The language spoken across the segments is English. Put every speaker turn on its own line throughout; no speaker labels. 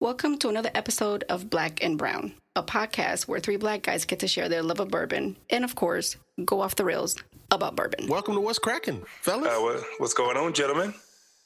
Welcome to another episode of Black and Brown, a podcast where three black guys get to share their love of bourbon and, of course, go off the rails about bourbon.
Welcome to What's Cracking, fellas.
Uh, what, what's going on, gentlemen?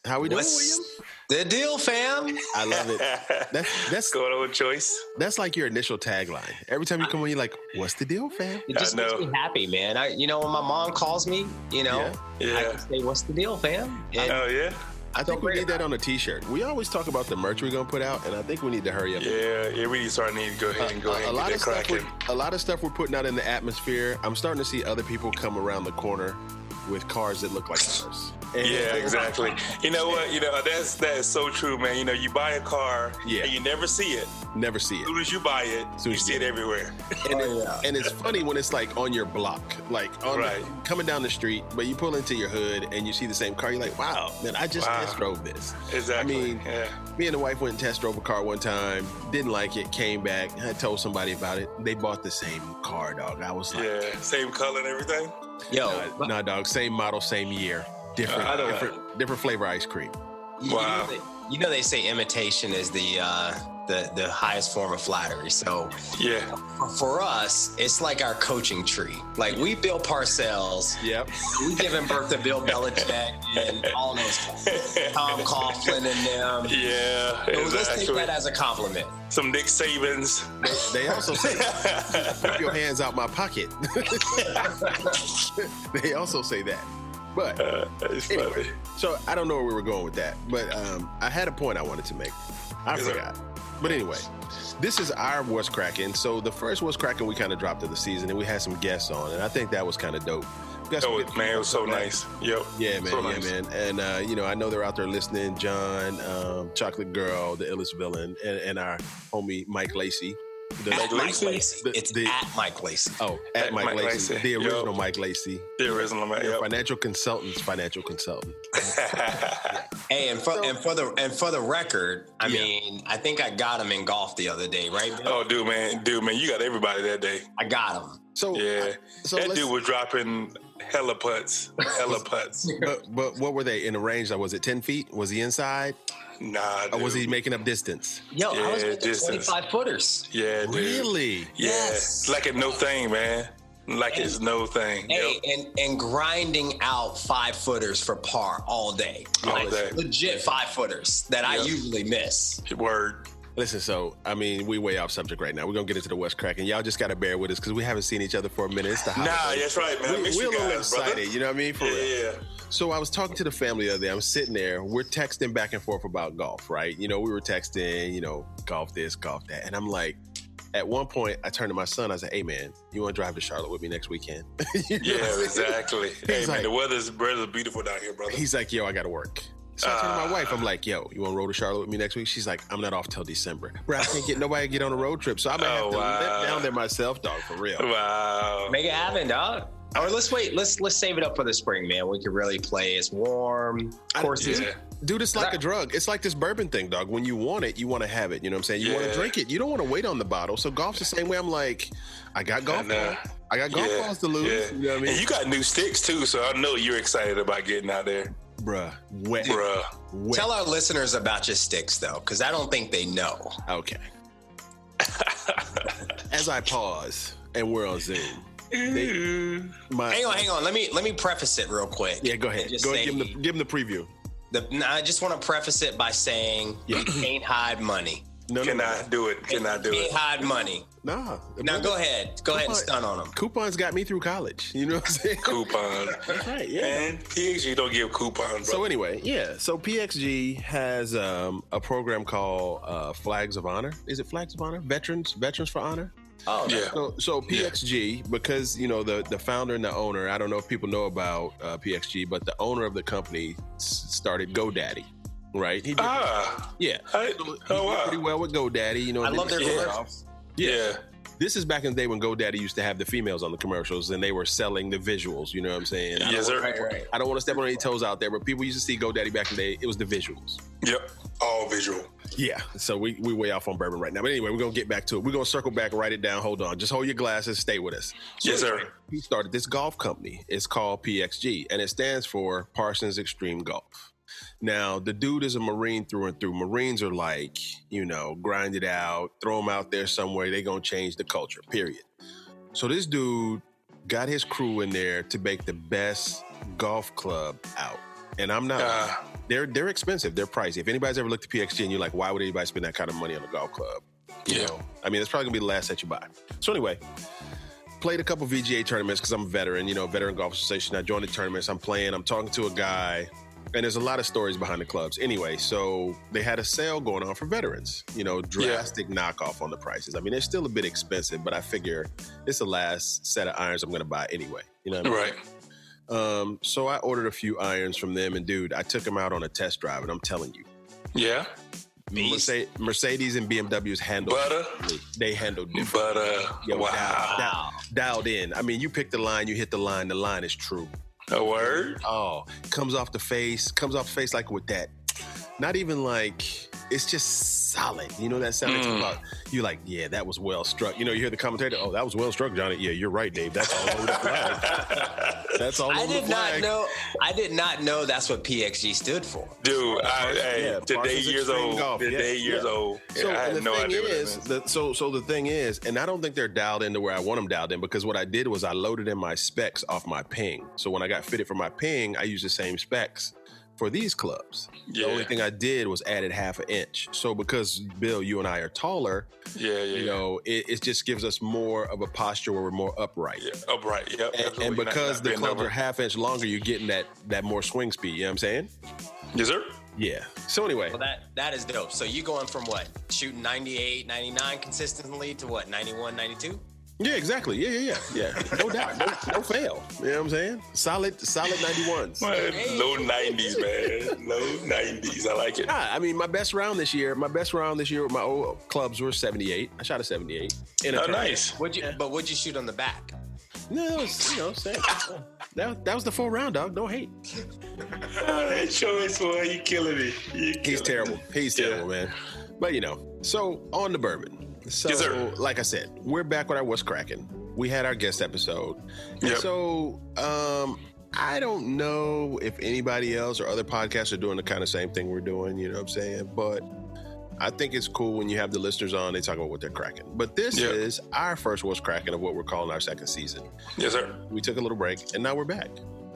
How we doing,
What's-
William?
The deal, fam.
I love it. That's
What's
that's
going on, Joyce?
that's like your initial tagline. Every time you come on, you're like, "What's the deal, fam?"
It just
I
makes
know.
me happy, man. I, you know, when my mom calls me, you know, I
Yeah.
can say, "What's the deal, fam?" And
Oh yeah,
I think we
great
need that on a T-shirt. We always talk about the merch we're gonna put out, and I think we need to hurry up.
yeah, yeah. We need to start need to go ahead and go
a,
ahead
a
and
lot
get
of
that
stuff
cracking.
we're, a lot of stuff we're putting out in the atmosphere. I'm starting to see other people come around the corner with cars that look like ours. And-
Yeah, exactly. You know what? You know that's that is so true, man. You know, you buy a car
Yeah.
and you never see it.
Never see
As
it.
soon as you buy it,
Soon
you
as
see
you
it everywhere.
And, it-
uh,
and it's funny when it's like on your block, like on
Right.
coming down the street, but you pull into your hood and you see the same car. You're like, wow, man, I just
Wow.
test drove this.
Exactly.
I mean,
yeah.
Me and the wife went and test drove a car one time, didn't like it, came back, I told somebody about it. They bought the same car, dog. I was like,
Yeah, same color and everything.
yo,
nah, nah, dog, same model, same year, different,
Uh, I don't
different, different flavor ice cream.
you,
Wow.
you, know they, you know they say imitation is the uh, the the highest form of flattery. So
Yeah,
for, for us, it's like our coaching tree. Like we Bill Parcells,
Yep.
we giving birth to Bill Belichick and all those guys. Tom Coughlin and them.
yeah.
So let's take
Exactly.
that as a compliment.
Some Nick Sabans.
They, they also say, keep your hands out my pocket. they also say that. But
Uh, it's
Anyway.
funny.
So I don't know where we were going with that, but um, I had a point I wanted to make. I
Yes, sir.
forgot. But anyway, this is our What's Cracking. So the first What's Cracking we kind of dropped of the season, and we had some guests on, and I think that was kind of dope. We got some
Oh
good
man, it
people
was so
from that.
nice. Yep.
Yeah, man,
So
yeah,
nice.
man. And uh, you know, I know they're out there listening. John, um, Chocolate Girl, the illest villain, and, and our homie Mike Lacey. The,
At Mike
Lacey?
Lacey.
The-
it's
the-
at Mike Lacey.
oh, at Mike,
Mike
Lacey,
Lacey.
the
Yo.
original Mike Lacey,
The original man.
the
Yep.
financial consultant's financial consultant.
Hey, and for and for the and for the record, I
Yeah.
mean, I think I got him in golf the other day, right? Bill?
oh, dude, man, dude, man, you got everybody that day.
I got him.
So
Yeah.
so
that
let's-
dude was dropping hella putts. Hella putts.
But, but what were they in the range? Like, was it ten feet? Was he inside?
Nah,
Or Oh, was
dude.
he making up distance?
Yo, I was
Yeah,
making
distance.
25 footers.
Yeah, dude.
Really?
Yeah.
Yes.
Like a no thing, man. Like it's no thing.
Hey,
Yep.
and and grinding out five footers for par all day.
All
Like,
day.
Legit five footers that I
Yeah.
usually miss.
Word.
Listen, so I mean, we way off subject right now. We're gonna get into the West Crack, and y'all just gotta bear with us because we haven't seen each other for a minute. It's the
Nah,
holidays.
that's right, man. I
we,
miss
we're a
you
little
guys, brother.
excited, you know what I mean? For
Yeah,
real.
yeah.
So I was talking to the family the other day. I'm sitting there. We're texting back and forth about golf, right? You know, we were texting, you know, golf this, golf that, and I'm like. At one point, I turned to my son. I said, "Hey, man, you want to drive to Charlotte with me next weekend?" You know what I'm
Yeah,
saying?
exactly. hey, man,
like-
the weather's weather's beautiful down here, brother.
He's like, yo, I gotta work. So I turned to my
Ah.
wife, I'm like, yo, you wanna roll to Charlotte with me next week? She's like, I'm not off till December. Bro, I can't get nobody to get on a road trip. So I might
Oh,
have to
wow.
live down there myself, dog, for real.
Wow.
Make it happen, dog. Or let's wait. Let's let's save it up for the spring, man. We can really play. It's warm.
I-
Courses.
Yeah.
Dude, it's like a drug. It's like this bourbon thing, dog. When you want it, you wanna have it. You know what I'm saying? You wanna
Yeah.
drink it. You don't wanna wait on the bottle. So golf's the same way. I'm like, I got golf
And, uh,
ball. I got golf
yeah,
balls to lose.
yeah.
You know what I
And
mean?
you got new sticks too, so I know you're excited about getting out there.
Bruh, wet.
Bruh.
Wet.
Tell our listeners about your sticks, though, because I don't think they know.
Okay. As I pause and we're on Zoom, They- my
Hang on, hang on. Let me let me preface it real quick.
Yeah, go ahead.
Just
Go ahead,
say-
give him the give him the preview.
The, no, I just want to preface it by saying
Yeah.
you can't hide money.
No, no,
Can
no,
I do it? Can I do
can't
it?
hide money.
Nah.
Now go ahead. Go ahead and
on.
stun on them.
Coupons got me through college. You know what I'm saying?
Coupons.
That's right. Yeah.
Man, PhD don't give coupons,
So
bro.
anyway, yeah. So PXG has um, a program called uh, Flags of Honor. Is it Flags of Honor? Veterans, Veterans for Honor.
Oh,
yeah.
So, so PXG, because you know the the founder and the owner. I don't know if people know about uh, PXG, but the owner of the company s- started GoDaddy, right? He did,
Ah.
yeah.
I-
He
oh
did pretty
wow.
well with GoDaddy. You know,
I
did
love their
his-
Yeah.
commercials.
Yeah.
This is back in the day when GoDaddy used to have the females on the commercials and they were selling the visuals. You know what I'm saying? I don't
Yes, sir.
Right, right.
I don't want to step on any toes out there, but people used to see GoDaddy back in the day. It was the visuals.
Yep. All visual.
Yeah. So we we way off on bourbon right now. But anyway, we're gonna get back to it. We're gonna circle back, write it down. Hold on. Just hold your glasses. Stay with us. So
Yes,
anyway,
sir.
He started this golf company. It's called PXG, and it stands for Parsons Extreme Golf. Now, the dude is a Marine through and through. Marines are like, you know, grind it out, throw them out there somewhere. They're going to change the culture, period. So this dude got his crew in there to make the best golf club out. And I'm not,
Uh,
they're, they're expensive. They're pricey. If anybody's ever looked at PXG and you're like, why would anybody spend that kind of money on a golf club? You
Yeah.
know, I mean, it's probably going to be the last that you buy. So anyway, played a couple VGA tournaments because I'm a veteran, you know, veteran golf association. I joined the tournaments. I'm playing. I'm talking to a guy, and there's a lot of stories behind the clubs. Anyway, so they had a sale going on for veterans. You know, drastic knockoff on the prices. I mean, they're still a bit expensive, but I figure it's the last set of irons I'm going to buy anyway. You know, what I mean?
right.
Um, so I ordered a few irons from them, and dude, I took them out on a test drive, and I'm telling you,
Yeah.
Beast.
Mercedes, Mercedes and BMWs handled
Butter.
differently. They handled differently.
uh, But uh,
Yo,
wow.
Wow.
dialed in. I mean, you pick the line, you hit the line, the line is true.
A word.
Oh, comes off the face, comes off the face like with that. Not even like it's just solid. You know that sound that you
Mm.
about. You're like, yeah, that was well struck. You know, you hear the commentator, oh, that was well struck, Johnny. Yeah, you're right, Dave. That's all over the flag. That's all
I
over the
did not
flag.
know. I did not know that's what PXG stood for.
Dude, I, hey,
yeah,
today
Parsons
years
Extreme
old.
Golf, yeah,
Today years
yeah.
old.
So
I
and
had
the
no
thing
idea. what that
is,
meant.
the, so so the thing is, and I don't think they're dialed into where I want them dialed in because what I did was I loaded in my specs off my ping. So when I got fitted for my ping, I used the same specs for these clubs.
yeah.
The only thing I did was added half an inch. So because Bill, you and I are taller,
yeah, yeah, yeah.
you know, it, it just gives us more of a posture where we're more upright.
yeah. Upright. Yep.
And, and
absolutely. Not-
because
not
the
bend
clubs
over.
are half inch longer, you're getting that that more swing speed. You know what I'm saying?
Yes, sir.
Yeah. So anyway,
Well, that that is dope. So you going from what shooting 98, 99 consistently to what 91, 92?
yeah, exactly. Yeah, yeah, yeah, yeah. No doubt. No, no fail. You know what I'm saying? Solid, solid 91s.
Man, Low nineties, man. Low nineties. I like it.
Ah, I mean, my best round this year, my best round this year with my old clubs were 78. I shot a 78. In a
Oh,
tournament.
nice.
Would you? But would you shoot on the back?
No, that was, you know, same. that, that was the full round, dog. No hate.
Oh, that choice, boy, you killing me. You
He's
killing
terrible.
me.
He's
Yeah.
terrible, man. But you know, so on the bourbon. So,
Yes, sir.
like I said, we're back with our What's Cracking. We had our guest episode. And
Yep.
So, um, I don't know if anybody else or other podcasts are doing the kind of same thing we're doing, you know what I'm saying? But I think it's cool when you have the listeners on, they talk about what they're cracking. But this
Yep.
is our first What's Cracking of what we're calling our second season.
Yes, sir.
We took a little break and now we're back,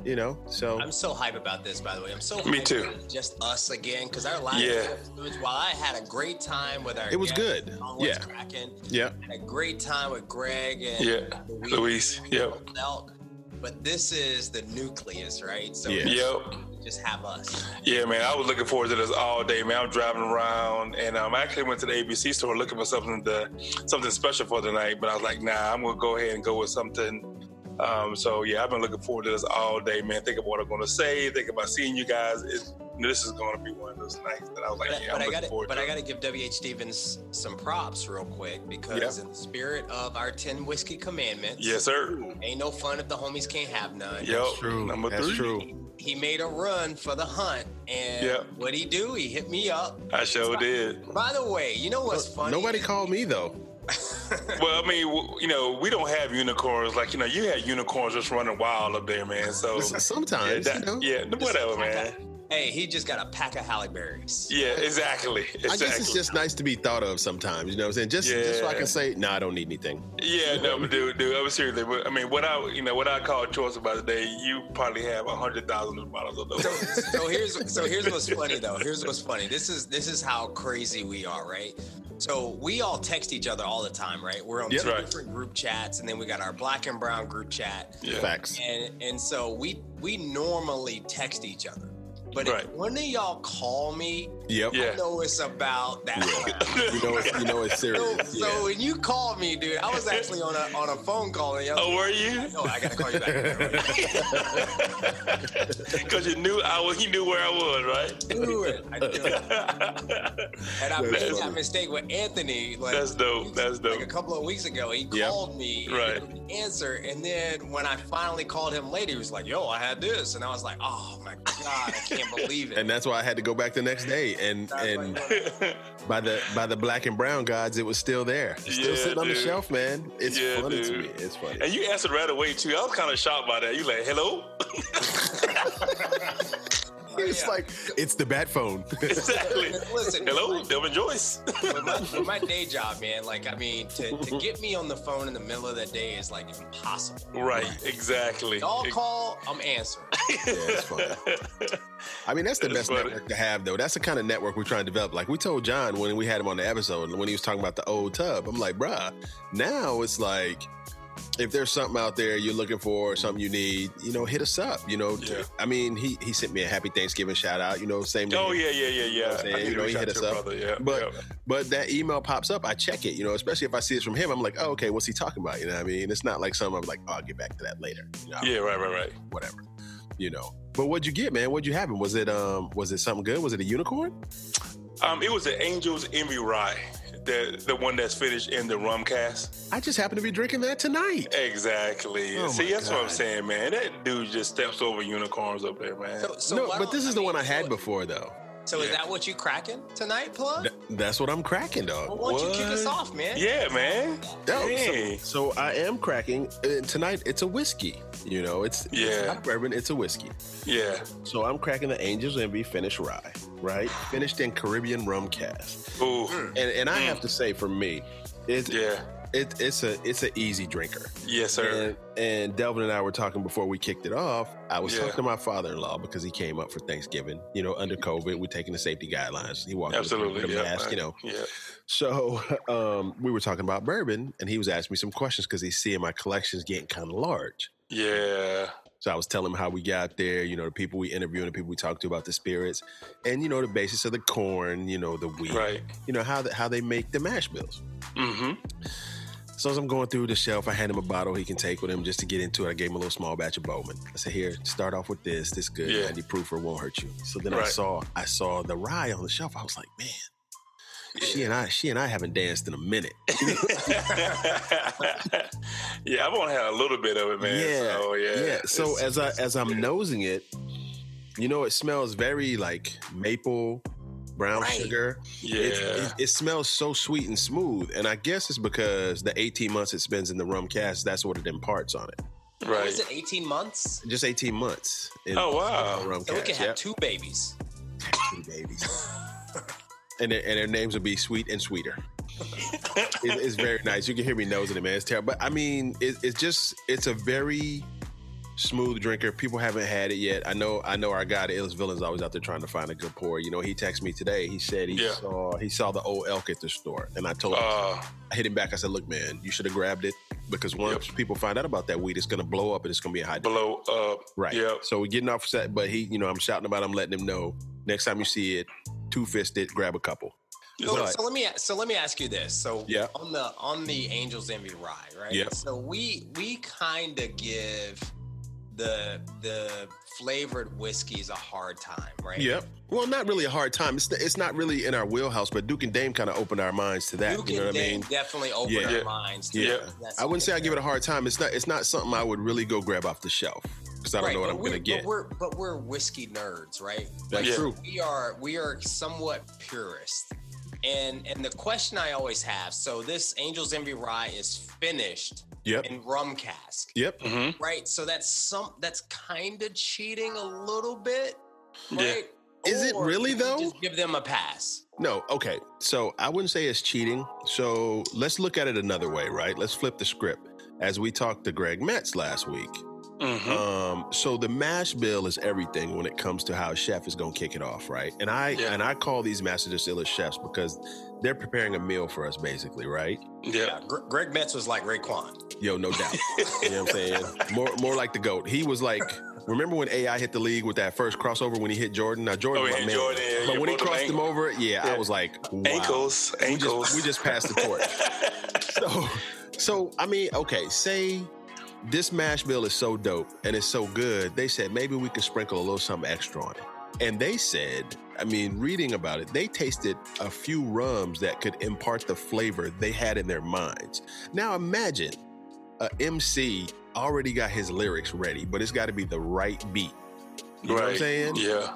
you know? So,
I'm so hype about this, by the way. I'm so
Me
hype
too.
about Just us again, because our last
Yeah.
episodes, while I had a great time with our
It was
guests
good.
on What's
Yeah.
Cracking,
yeah.
had a great time with Greg and
Yeah.
Luis.
Luis. Yep.
Elk. But this is the nucleus, right? So
Yeah.
Yep.
just have us.
Yeah, man, I was looking forward to this all day, man. I'm driving around, and um, I actually went to the ABC store looking for something to, something special for tonight. But I was like, nah, I'm gonna go ahead and go with something. Um, so yeah, I've been looking forward to this all day, man. Think about what I'm gonna say. Think about seeing you guys. It's, this is gonna be one of those nights that I was like,
But,
yeah,
but
I'm
I
looking
got to
forward
but
to.
I got to give WH Stevens some props real quick because
Yeah.
in the spirit of our 10 whiskey commandments,
yes, sir.
ain't no fun if the homies can't have none.
Yep.
True.
Oh, Number
That's
three.
true.
He made a run for the hunt and
Yeah.
what he do? He hit me up.
I sure did.
By the way, you know what's funny?
Nobody called me though.
Well, I mean, w- you know, we don't have unicorns like you know. You had unicorns just running wild up there, man. So Oh. yeah,
Sometimes, you
that,
know,
yeah whatever, man.
Hey, he just got a pack of Halle Berries.
Yeah, exactly.
I
exactly.
guess it's just nice to be thought of sometimes. You know what I'm saying? Just, just so I
Yeah.
can say, no, nah, I don't need anything.
yeah, no, but dude, dude. I'm seriously. but, I mean, what I you know what I call choice about today, you probably have a hundred thousand bottles of those.
so here's so here's what's funny though. Here's what's funny. This is this is how crazy we are, right? So we all text each other all the time, right? We're on
Yep.
two
Right.
different group chats, and then we got our black and brown group chat,
yeah.
Facts.
and and so we we normally text each other. But if
Right.
one of y'all call me,
Yep.
Yeah.
I know it's about that.
You know, it's, you know, it's
so,
serious.
so
Yeah.
when you call me, dude, I was actually on a on a phone call, and y'all.
Oh, were you?
No, I gotta call you back.
Because you knew I was. You knew where I was,
I knew it. I knew it.
right?
And I
That's
made that
funny.
mistake with Anthony. Like,
That's dope. That's
like a
dope.
couple of weeks ago. He
Yeah.
called me, and
Right.
he didn't answer, and then when I finally called him later, he was like, "Yo, I had this," and I was like, "Oh my god, I can't believe it."
And that's why I had to go back the next day. And
I was
and
like,
by the by the black and brown gods, it was still there. It's still
Yeah,
sitting on the
dude.
shelf, man. It's
Yeah,
funny to
dude.
me. It's funny.
And you answered right away too. I was kind of shocked by that. You like, hello?
it's
yeah.
like it's the bat phone.
exactly.
Listen,
Hello, Devin Joyce.
with my, with my day job, man, like I mean, to, to get me on the phone in the middle of the day is like impossible.
right. Exactly.
Y'all call, I'm answering.
it's funny. I mean, that's the
It is
best
funny.
network to have, though. That's the kind of network we're trying to develop. Like we told John when we had him on the episode, when he was talking about the old tub, I'm like, bruh, now it's like if there's something out there you're looking for, something you need, you know, hit us up. You know,
Yeah.
I mean, he he sent me a happy Thanksgiving shout out. You know, same. to
oh
him.
yeah, yeah, yeah,
know what I'm
yeah.
saying?
I need
You
to
know,
reach
he
out
hit
to
us
your
up.
brother, Yeah,
But-
yeah.
But that email pops up, I check it. You know, especially if I see it's from him, I'm like, oh, okay, what's he talking about? You know, what I mean, it's not like something I'm like, oh, I'll get back to that later. You know,
yeah, right, right, right.
whatever. You know. But what'd you get, man? What'd you happen? Was it um was it something good? Was it a unicorn?
Um, it was the Angels Envy Rye, the the one that's finished in the Rumcast.
I just happen to be drinking that tonight.
Exactly.
Oh,
See,
my
that's what I'm
God.
saying, man. That dude just steps over unicorns up there, man.
So, so
no,
why
but
don't-
this is the
mean,
one I had
so-
before though.
So is
Yeah.
that what you cracking tonight, plug?
Th- that's what I'm cracking,
Well,
dog.
why don't you kick us
What?
off, man?
yeah, man.
Yo,
Hey.
So, so I am cracking. Uh, tonight it's a whiskey. You know, it's it's
Yeah.
not bourbon, it's a whiskey.
Yeah.
So I'm cracking the Angels Envy finished rye, right? Finished in Caribbean rum cast.
Ooh.
And and I
Mm.
have to say for me, it's
Yeah.
it, it's a it's an easy drinker.
Yes,
And,
sir.
and Delvin and I were talking before we kicked it off. I was
Yeah.
talking to my father in law because he came up for Thanksgiving. You know, under COVID, we're taking the safety guidelines. He walked with
Absolutely.
a
Yeah.
mask,
man.
you know.
Yeah.
So um, we were talking about bourbon, and he was asking me some questions because he's seeing my collection's getting kind of large.
Yeah.
So I was telling him how we got there, you know, the people we interview and the people we talk to about the spirits, and you know the basis of the corn, you know the wheat,
Right.
you know how the, how they make the mash bills.
Mm-hmm.
So as I'm going through the shelf, I hand him a bottle he can take with him just to get into it. I gave him a little small batch of Bowman. I said, "Here, start off with this. This good,
Yeah.
90 proof, or it won't hurt you." So then I
Right.
saw I saw the rye on the shelf. I was like, "Man, she and I she and I haven't danced in a minute."
yeah, I've only had a little bit of it, man.
Yeah,
So, yeah.
So
It's-
as I as I'm nosing it, you know, it smells very like maple, brown
Right.
sugar.
yeah.
It's- It, it smells so sweet and smooth, and I guess it's because the 18 months it spends in the rum cast, that's what it imparts on it.
What
right.
is it, 18 months?
Just 18 months. in-
Oh, wow.
Rum
So we can
cast,
have
yep.
two babies.
two babies. And their, and their names would be sweet and sweeter. It- it's very nice. You can hear me nosing it, man. It's terrible. But I mean, it, it's just it's a very smooth drinker. People haven't had it yet. I know. I know our guy, the illest villain's always out there trying to find a good pour. You know, he texted me today. He said he
Yeah.
saw he saw the old elk at the store, and I told him,
Uh,
I hit him back. I said, "Look, man, you should have grabbed it because once people find out about that weed, it's going to blow up and it's going to be a high
blow up.
Right.
Yep.
So we're getting off set, but he, you know, I'm shouting about him, letting him know. Next time you see it, two fisted, grab a couple.
So,
Right.
so let me so let me ask you this. So
Yeah.
on the on the Angels Envy ride, right?
Yeah.
So we we kind of give the the flavored whiskeys a hard time, right?
Well, not really a hard time. It's it's not really in our wheelhouse, but Duke and Dame kind of opened our minds to that.
Duke
you know
and
what I
Dame
mean?
definitely open
Yeah.
our minds. To
Yeah.
that. That's-
I wouldn't say I give it a hard time. It's not it's not something I would really go grab off the shelf because I don't
Right,
know what
but
I'm
we're-
gonna get.
But we're but we're whiskey nerds, right?
That's
Yeah.
true.
we are we are somewhat purist and and the question i always have so this angel's envy rye is finished
Yep.
in rum cask
Yep.
Mm-hmm.
right so that's some that's kind of cheating a little bit
Yeah.
right
Is it really,
you can
though?
just give them a pass
No. Okay. So I wouldn't say it's cheating. So let's look at it another way, right? Let's flip the script. As we talked to Greg Metz last week,
Mm-hmm.
Um, so the mash bill is everything when it comes to how a chef is gonna kick it off, right? And I
Yeah.
and I call these master distillers chefs because they're preparing a meal for us, basically, right?
yeah.
yeah, Gre- greg metz was like Raekwon.
Yo, no doubt. you know what I'm saying? More more like the goat. He was like, remember when AI hit the league with that first crossover when he hit Jordan? Now Jordan,
Oh,
my
yeah,
man.
Jordan, yeah,
but
yeah,
when he
both them
crossed him
ankles.
over, yeah, I
Yeah.
was like, wow.
Ankles.
We just-
Ankles.
we just passed the torch. so so i mean okay say this mash bill is so dope and it's so good they said maybe we could sprinkle a little something extra on it and they said i mean reading about it they tasted a few rums that could impart the flavor they had in their minds now imagine a mc already got his lyrics ready but it's got to be the right beat you know what i'm
Right.
saying
Yeah.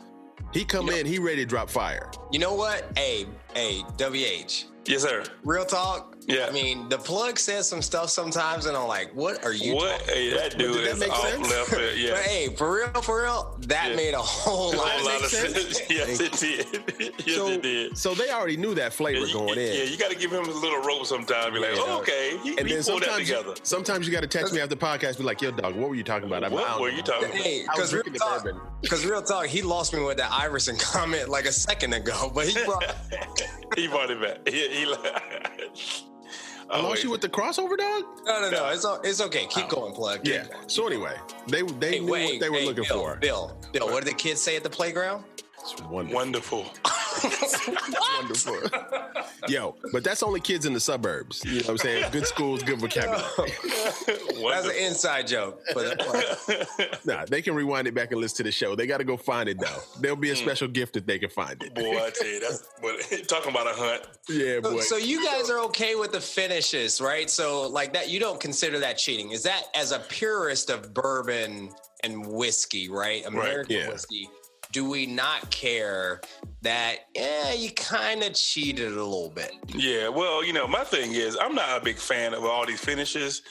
he come
You know-
in he ready to drop fire
you know what hey hey wh
Yes, sir.
Real talk.
Yeah.
I mean, the plug says some stuff sometimes, and I'm like, what are you?
what?
talking-
Hey, that dude
did that
is
make
off
sense?
left. field. Yeah.
But hey, for real, for real, that
Yeah.
made a whole
a
lot
whole
of
lot of
sense.
sense. yes, it did. yes,
so,
it did.
so they already knew that
Yeah,
flavor
you-
going in.
yeah, you got to give him a little rope sometimes. Be like,
Yeah.
oh, okay, he,
And
he
then
pulled that
sometimes,
together.
sometimes you got to text me after the podcast, be like, "Yo, dog, what were you talking about?" I'm like, I
What
don't
were
know.
you talking about?
Hey,
I was
because real
drinking the
talk,
bourbon.
because real talk, he lost me with that Iverson comment like a second ago, but he brought
He brought it back. He, he like,
I lost you with the crossover, dog.
no, no, no, it's o- it's okay. Keep
Oh.
going, plug. Keep
Yeah.
going.
So anyway, they they
Hey,
knew
wait,
what they were
hey,
looking
Bill,
for.
Bill, Bill, what did the kids say at the playground?
It's wonderful.
wonderful.
wonderful. Yo, but that's only kids in the suburbs. You know what I'm saying? Good schools, good vocabulary.
Oh.
That's an
wonderful.
inside joke. But
Nah, they can rewind it back and listen to the show. They got to go find it though. There'll
Mm.
be a special gift if they can find it.
Boy, I tell you, that's what, talking about a hunt.
Yeah, boy.
so you guys are okay with the finishes, right? So like that, you don't consider that cheating. Is that as a purist of bourbon and whiskey, right? American
yeah.
whiskey. Do we not care that yeah, you kind of cheated a little bit?
Yeah, well, you know, my thing is I'm not a big fan of all these finishes,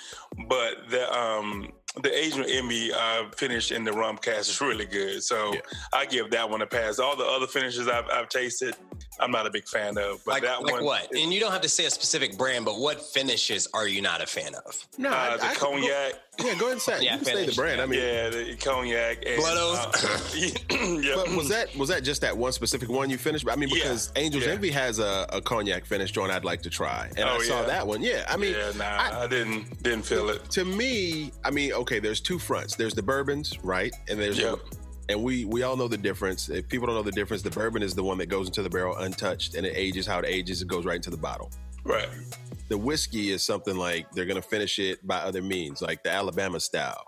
but the um the Asian Emmy uh, finish in the rum cast is really good. So
Yeah.
I give that one a pass. All the other finishes I've, I've tasted, I'm not a big fan of. But
Like,
that
like
one,
what? And you don't have to say a specific brand, but what finishes are you not a fan of?
no,
Uh,
I-
the
I-
cognac,
Go, yeah, go ahead and say, it.
Yeah,
you can say the
finish.
brand. I mean,
yeah, the cognac, and,
Bloodos.
uh, yeah.
But was that was that just that one specific one you finished? I mean,
Yeah.
because Angels
Yeah.
Envy has a, a cognac finish joint I'd like to try, and I
Oh,
saw
yeah.
that one. Yeah, I mean,
yeah, nah,
I-
I, didn't didn't feel it.
to me, I mean, okay, there's two fronts. There's the bourbons, right, and there's the-
Yeah.
and we we all know the difference. If people don't know the difference, the bourbon is the one that goes into the barrel untouched, and it ages how it ages. It goes right into the bottle.
Right.
The whiskey is something like they're gonna finish it by other means, like the Alabama style.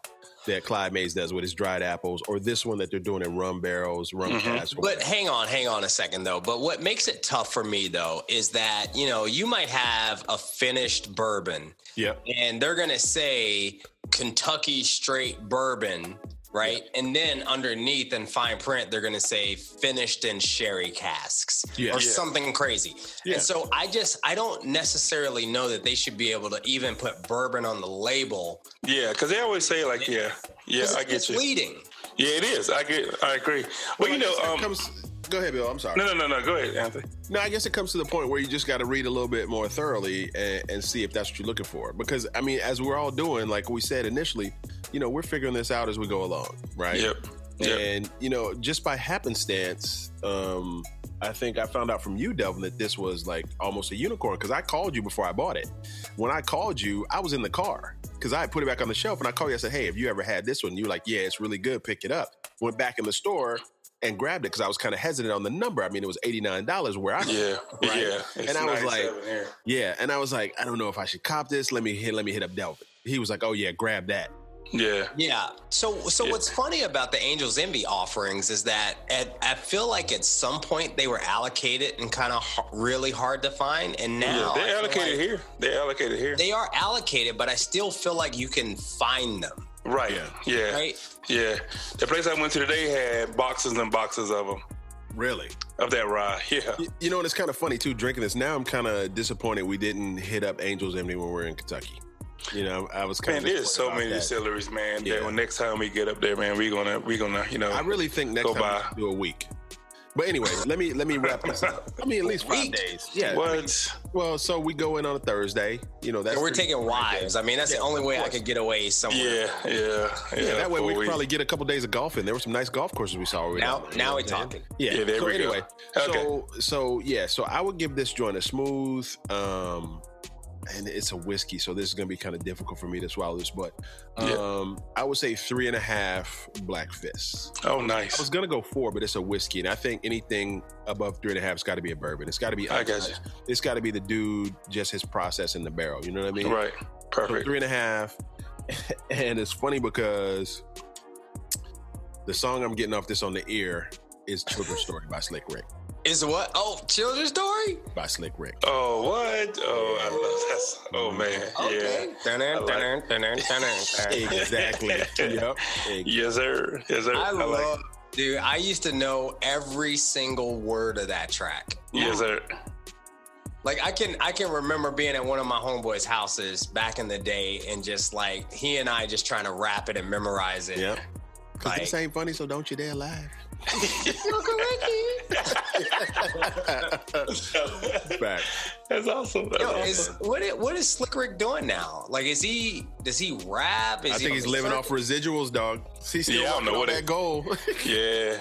That Clyde Mays does with his dried apples, or this one that they're doing in rum barrels, rum
Mhm.
casks. or
But hang on, hang on a second though. But what makes it tough for me though is that, you know, you might have a finished bourbon
Yep.
and they're going to say Kentucky straight bourbon, right? And then underneath in fine print, they're going to say finished in sherry casks
Yeah.
or
Yeah.
something crazy.
Yeah.
And so I just, I don't necessarily know that they should be able to even put bourbon on the label.
Yeah, because they always say like, yeah, yeah,
'Cause
I
it's
get you.
misleading.
Yeah, it is. I get. I agree. Well, you
I guess
know,
that
um,
comes- go ahead, Bill. I'm sorry.
no,
No,
no, no, no. Go ahead, Anthony.
I guess it comes to the point where you just got to read a little bit more thoroughly and, and see if that's what you're looking for. Because I mean, as we're all doing, like we said initially, you know, we're figuring this out as we go along, right?
Yep. Yep.
And you know, just by happenstance, um, I think I found out from you, Delvin, that this was like almost a unicorn because I called you before I bought it. When I called you, I was in the car because I had put it back on the shelf, and I called you. I said, "Hey, have you ever had this one?" You were like, "Yeah, it's really good. Pick it up." Went back in the store and grabbed it because I was kind of hesitant on the number. I mean, it was eighty nine dollars where I
Yeah.
Right.
Yeah. It's
And I was
97 here.
yeah, and I was like, I don't know if I should cop this. Let me hit, let me hit up Delvin. He was like, "Oh yeah, grab that."
yeah.
Yeah. So so
Yeah.
what's funny about the Angels Envy offerings is that at, I feel like at some point they were allocated and kind of h- really hard to find, and
Yeah,
now I
they're
feel
allocated
like
here. They're allocated here.
They are allocated, but I still feel like you can find them,
right.
Yeah.
Yeah. Yeah.
right?
The place I went to today had boxes and boxes of them
Really?
of that rye. Yeah.
You, you know, and it's kind of funny too. Drinking this now, I'm kind of disappointed we didn't hit up Angels Envy when we were in Kentucky. You know, I was kind
Man,
of
there's so many distilleries, man.
Yeah.
That when next time we get up there, man, we're gonna we're gonna you know.
I really think next
Go
time
by.
we should do a week. But anyway, let me let me wrap this up. I mean, at least five
Week?
days. Yeah.
what?
Well, so we go in on a Thursday. You know, that's
And we're
three-
taking wives. I mean, that's the only way I could get away somewhere.
Yeah, yeah, yeah.
Yeah, that way
for
we
a
could
week.
probably get a couple days of golf in. There were some nice golf courses we saw. over there.
Now
You know
now
what
we're
I'm saying?
talking.
Yeah.
Yeah, there
so
we go.
anyway,
Okay.
so so yeah, so I would give this joint a smooth, um, and it's a whiskey, so this is gonna be kind of difficult for me to swallow this, but
Yeah.
um, I would say three and a half black fists.
Oh,
I was
nice.
gonna go four, but it's a whiskey, and I think anything above three and a half has got to be a bourbon. It's got to be.
I got you.
It's got to be the dude, just his process in the barrel. You know what I mean?
Right.
So
Perfect.
three and a half. And it's funny because the song I'm getting off this on the ear is Children's Story by Slick Rick.
Is what? Oh, children's story?
By Slick Rick.
Oh, what? Oh, I love that. song. Oh man.
Okay. Dun, dun,
like-
dun, dun, dun, dun, dun.
Exactly. yep.
Yeah. Yes, sir. Yes, sir.
I
like
love dude, I used to know every single word of that track.
Yes, sir.
Like I can I can remember being at one of my homeboys' houses back in the day and just like he and I just trying to rap it and memorize it.
Yep. Cause
Like-
this ain't funny, so don't you dare laugh. Back.
That's awesome. That's
Yo,
awesome.
is what is, what is Slick Rick doing now? Like, is he does he rap? Is
I
he
think he's living off residuals, dog. He's still
Yeah, I don't
walking
know
on
what
that
it-
goal.
yeah.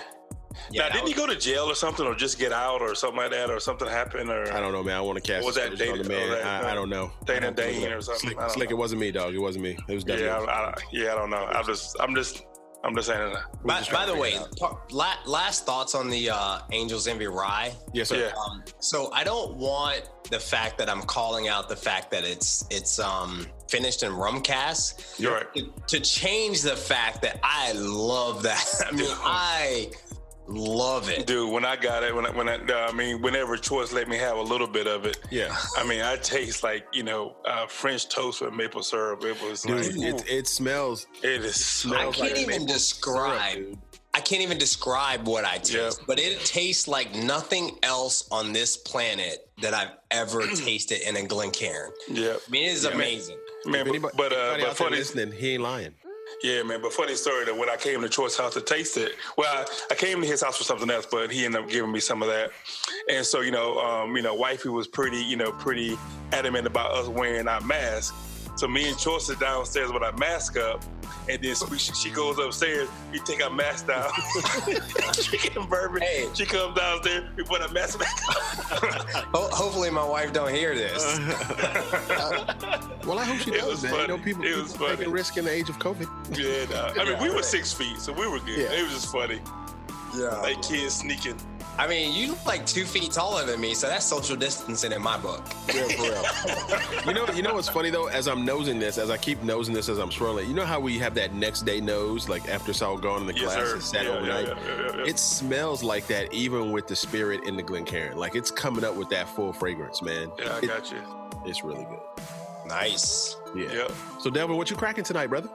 Yeah,
now, didn't he go to jail or something, or just get out, or something like that, or something happened, or
I don't know, man. I want to cast
Was that
aspersions on the
Dana-
man.
was that,
I, I
uh,
don't know.
Dana
I don't think
Dane
it-
or something?
Slick,
I don't
Slick, it
know.
wasn't me, dog. It wasn't me. It was W.
yeah, I, I, yeah, I don't know. I'm just, I'm just, I'm just saying. That.
By,
just
by
trying to
the way,
figure
par- la- last thoughts on the uh, Angels Envy Rye.
yes, sir.
Yeah.
Um, so I don't want the fact that I'm calling out the fact that it's it's um, finished in rum cast
You're right.
to, to change the fact that I love that. I mean,
Dude.
I love it.
Dude, when I got it, when I, when I, uh, I mean, whenever choice let me have a little bit of it,
Yeah.
I mean, I taste like you know uh, French toast with maple syrup. It was
Dude,
like
it, it smells.
it is
I
so
smells
can't
like
even
maple
describe.
syrup, dude.
I can't even describe what I taste,
Yeah.
but it tastes like nothing else on this planet that I've ever tasted in a Glencairn.
yeah,
I mean, it is amazing.
man.
If anybody,
but
anybody
uh, but
out there
funny,
listening, he ain't lying.
yeah, man. But funny story that when I came to Choice House to taste it, well, I, I came to his house for something else, but he ended up giving me some of that. And so you know, um, you know, wifey was pretty, you know, pretty adamant about us wearing our mask. So me and Choice is downstairs with our mask up, and then we, she goes upstairs. We take our mask down. she getting bourbon.
Hey.
She comes downstairs. We put our mask back. on.
Ho- hopefully, my wife don't hear this.
Uh, Well, I hope she
It
does,
was
man. You know,
funny.
people,
It
people
was funny.
taking risk in the age of COVID.
Yeah, nah. I mean,
Yeah,
we were
right.
six feet, so we were good.
Yeah.
It was just funny.
yeah.
Like kids sneaking.
I mean, you look like two feet taller than me, so that's social distancing in my book.
Yeah, for real. you know, you know what's funny though? As I'm nosing this, as I keep nosing this, as I'm swirling, you know how we have that next day nose, like after it's all gone in the
Yes,
glass
sir.
and sat
Yeah, yeah,
overnight.
yeah, yeah, yeah, yeah.
It smells like that, even with the spirit in the Glencairn. Like it's coming up with that full fragrance, man.
yeah, I
It-
got you.
it's really good.
Nice.
Yeah.
Yep.
So, Devin, what you cracking tonight, brother?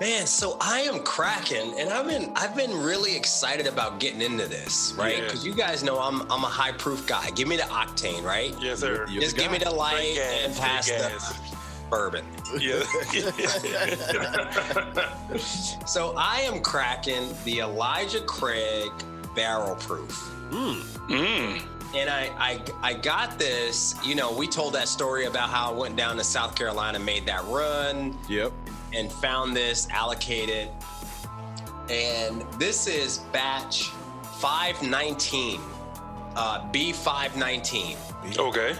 Man, so I am cracking, and I've been I've been really excited about getting into this, right?
Yeah.
Because you guys know I'm I'm a high proof guy. Give me the octane, right?
Yes, sir.
You-
Just give me the
Free
light
gas,
and
free
pass the
gas.
bourbon.
Yeah.
So I am cracking the Elijah Craig Barrel Proof.
mm.
And I, I I got this, you know, we told that story about how I went down to South Carolina, made that run,
Yep.
and found this, allocated. And this is batch 519, uh, B519.
Okay.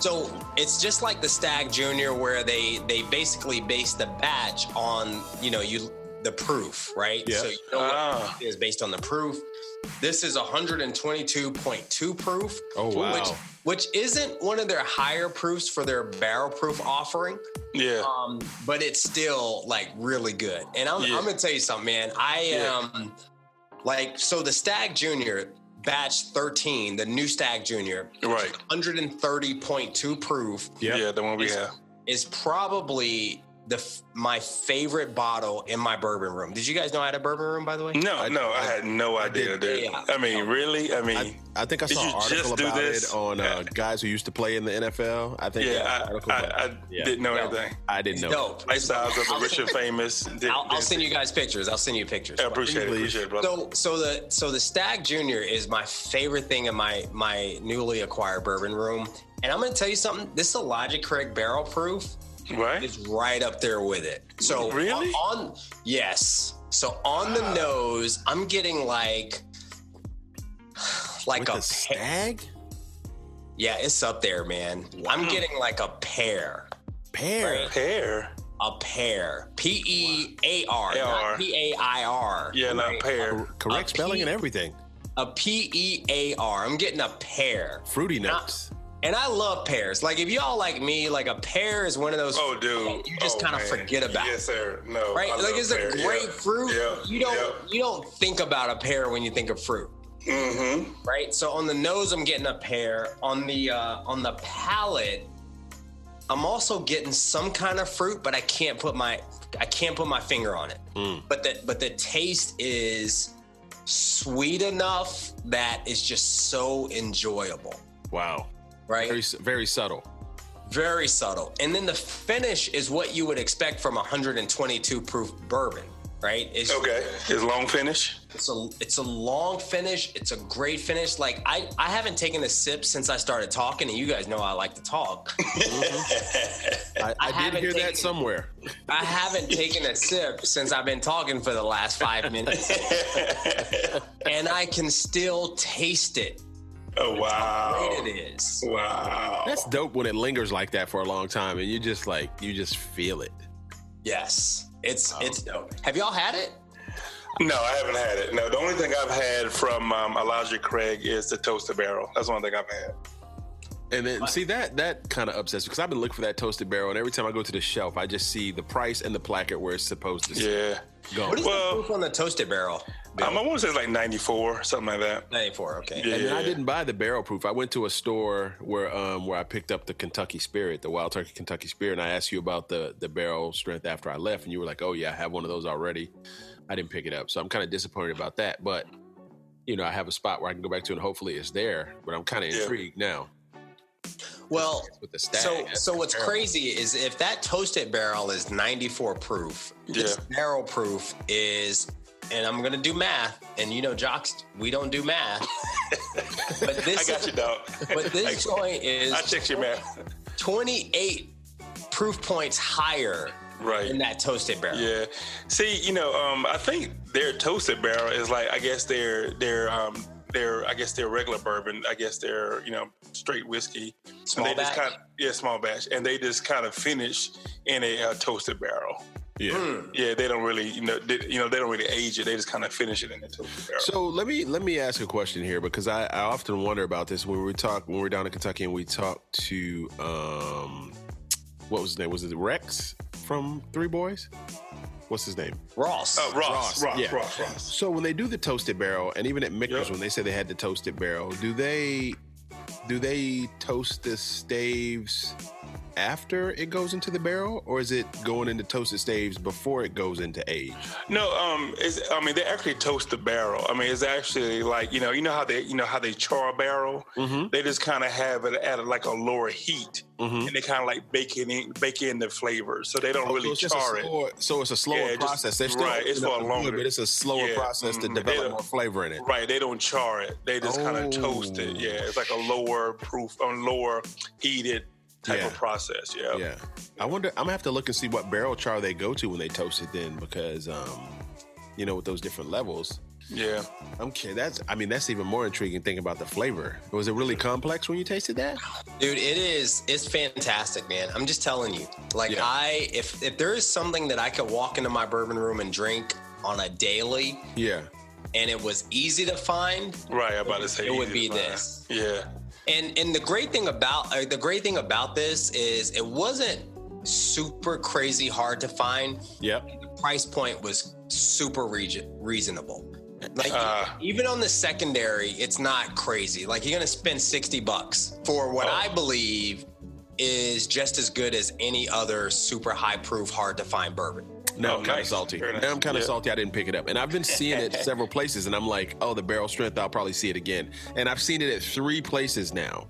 So it's just like the Stag Junior, where they they basically base the batch on you know you the proof, right?
Yeah.
So you know what
Ah.
it is based on the proof. This is 122.2 proof.
Oh, wow.
Which, which isn't one of their higher proofs for their barrel proof offering,
Yeah.
um, but it's still like really good. And I'm,
Yeah.
I'm gonna tell you something, man. I
Yeah.
am like so the Stag Junior batch 13, the new Stag Junior,
Right.
130.2 proof
Yep.
Yeah, the one we
It's-
have.
is probably the f- my favorite bottle in my bourbon room. Did you guys know I had a bourbon room by the way?
No,
I-
no, I,
I-
had no
I
idea,
did-
dude.
yeah.
I mean, really? I mean,
I, I think I
Did
saw
you
an
just
article
do
about
this?
it on uh, guys who used to play in the NFL. I think I,
yeah,
had an article
I, I,
about-
I
Yeah.
didn't know
No.
anything.
I didn't know.
No.
Lifestyles of the rich and famous. Did,
I'll, I'll send you guys pictures. I'll send you pictures.
I appreciate it.
Please.
Appreciate it, brother.
So so the so the Stag Junior is my favorite thing in my my newly acquired bourbon room. And I'm gonna tell you something, this Elijah Craig barrel proof
right?
is right up there with it. So
Really?
on, on- yes. So on the nose, I'm getting like like
With
a
a
pear.
stag
yeah, it's up there, man. I'm getting like a pear.
pair.
Right.
Pear.
A pear. P E A R.
AR.
not P A I R.
Yeah, not pear.
Cor- Correct
A
spelling
P-
and everything.
A P E A R. I'm getting a pear.
Fruity
Not-
notes.
And I love pears. Like if y'all like me, like a pear is one of those
Oh, dude.
you just
Oh,
kind of
man.
forget about.
Yes, sir. No.
Right?
I
like
love
it's a
pear.
great fruit.
Yeah.
You don't
Yeah.
you don't think about a pear when you think of fruit.
Mm-hmm.
Right? So on the nose I'm getting a pear. On the uh on the palate, I'm also getting some kind of fruit, but I can't put my I can't put my finger on it.
Hmm.
Mm.
But the but the taste is sweet enough that it's just so enjoyable.
Wow.
right?
Very, very subtle.
Very subtle. And then the finish is what you would expect from 122 proof bourbon, right? It's,
Okay. His long finish.
It's a it's a long finish. It's a great finish. Like I I haven't taken a sip since I started talking, and you guys know I like to talk.
I,
I
I did
haven't
hear
taken-
that somewhere.
I haven't taken a sip since I've been talking for the last five minutes, and I can still taste it.
Oh wow.
Great it is.
Wow.
That's dope when it lingers like that for a long time, and you just like you just feel it.
Yes, it's
Oh.
it's dope. Have y'all had it?
No, I haven't had it. No, the only thing I've had from um, Elijah Craig is the toasted barrel. That's the only thing I've had.
And then see that that kind of upsets me because I've been looking for that toasted barrel, and every time I go to the shelf, I just see the price and the placard where it's supposed to yeah.
Yeah.
go.
What is
Well-
the proof on the toasted barrel?
Um, I want to say it's like 94, something like that.
94, okay.
Yeah.
and then I didn't buy the barrel proof. I went to a store where um where I picked up the Kentucky Spirit, the Wild Turkey Kentucky Spirit, and I asked you about the the barrel strength after I left, and you were like, "Oh yeah, I have one of those already." I didn't pick it up, so I'm kind of disappointed about that. But you know, I have a spot where I can go back to, and hopefully it's there. But I'm kind of
Yeah.
intrigued now
Well,
with the stack.
so so what's crazy is if that toasted barrel is 94 proof, this barrel proof is and I'm gonna do math, and you know, jocks, we don't do math. but
I
this,
got you, dog.
but this
I,
joint is
I checked your math.
28 proof points higher
Right.
than that toasted barrel.
Yeah. See, you know, um, I think their toasted barrel is like I guess their their um their I guess their regular bourbon, I guess their, you know, straight whiskey. And
Small
they just
batch?
kind of, yeah, small batch. And they just kind of finish in a uh, toasted barrel.
yeah.
Mm.
Yeah, they don't really, you know, they, you know, they don't really age it. They just kind of finish it in the toasted barrel.
So let me let me ask a question here because I, I often wonder about this when we talk when we're down in Kentucky and we talk to um what was his name was it Rex from Three Boys? What's his name?
Ross.
Oh, Ross, Ross, Ross,
yeah.
Ross, Ross.
So when they do the toasted barrel and even at Mickers
Yep.
when they say they had the toasted barrel, do they do they toast the staves after it goes into the barrel or is it going into toasted staves before it goes into age?
No, um, it's, I mean they actually toast the barrel. I mean it's actually like you know you know how they you know how they char a barrel.
Mhm.
They just kind of have it at like a lower heat,
Mhm.
and they kind of like bake it in, bake in the flavor, so they don't really
Oh, so it's just a
char it.
slower- so it's a slower
Yeah, just-
process. They're still
right, it's
opening up
for a
the wood,
longer-
but it's a slower
yeah,
process to
mhm,
develop
yeah.
more flavor in it.
Right, they don't char it. They just kind
Oh.
of toast it. Yeah, it's like a lower proof, a lower heated type
Yeah.
of process. Yeah.
Yeah, I wonder. I'm gonna have to look and see what barrel char they go to when they toast it. Then because um, you know, with those different levels,
yeah.
I'm kidding. That's I mean, that's even more intriguing. Thinking about the flavor, was it really complex when you tasted that?
Dude, it is it's fantastic, man. I'm just telling you. Like
Yeah.
I if if there is something that I could walk into my bourbon room and drink on a daily
Yeah,
and it was easy to find
Right, I'm about to say
It would
easy
be
to find.
this.
Yeah,
and and the great thing about uh, the great thing about this is it wasn't super crazy hard to find.
yep.
The price point was super region, reasonable. Like
Uh.
even on the secondary, it's not crazy. Like you're gonna spend sixty bucks for what
Oh.
I believe is just as good as any other super high proof, hard to find bourbon.
Now
Oh,
I'm kind of
nice.
salty.
Very nice.
Now I'm kind of
Yeah.
salty. I didn't pick it up, and I've been seeing it several places, and I'm like, oh, the barrel strength. I'll probably see it again, and I've seen it at three places now.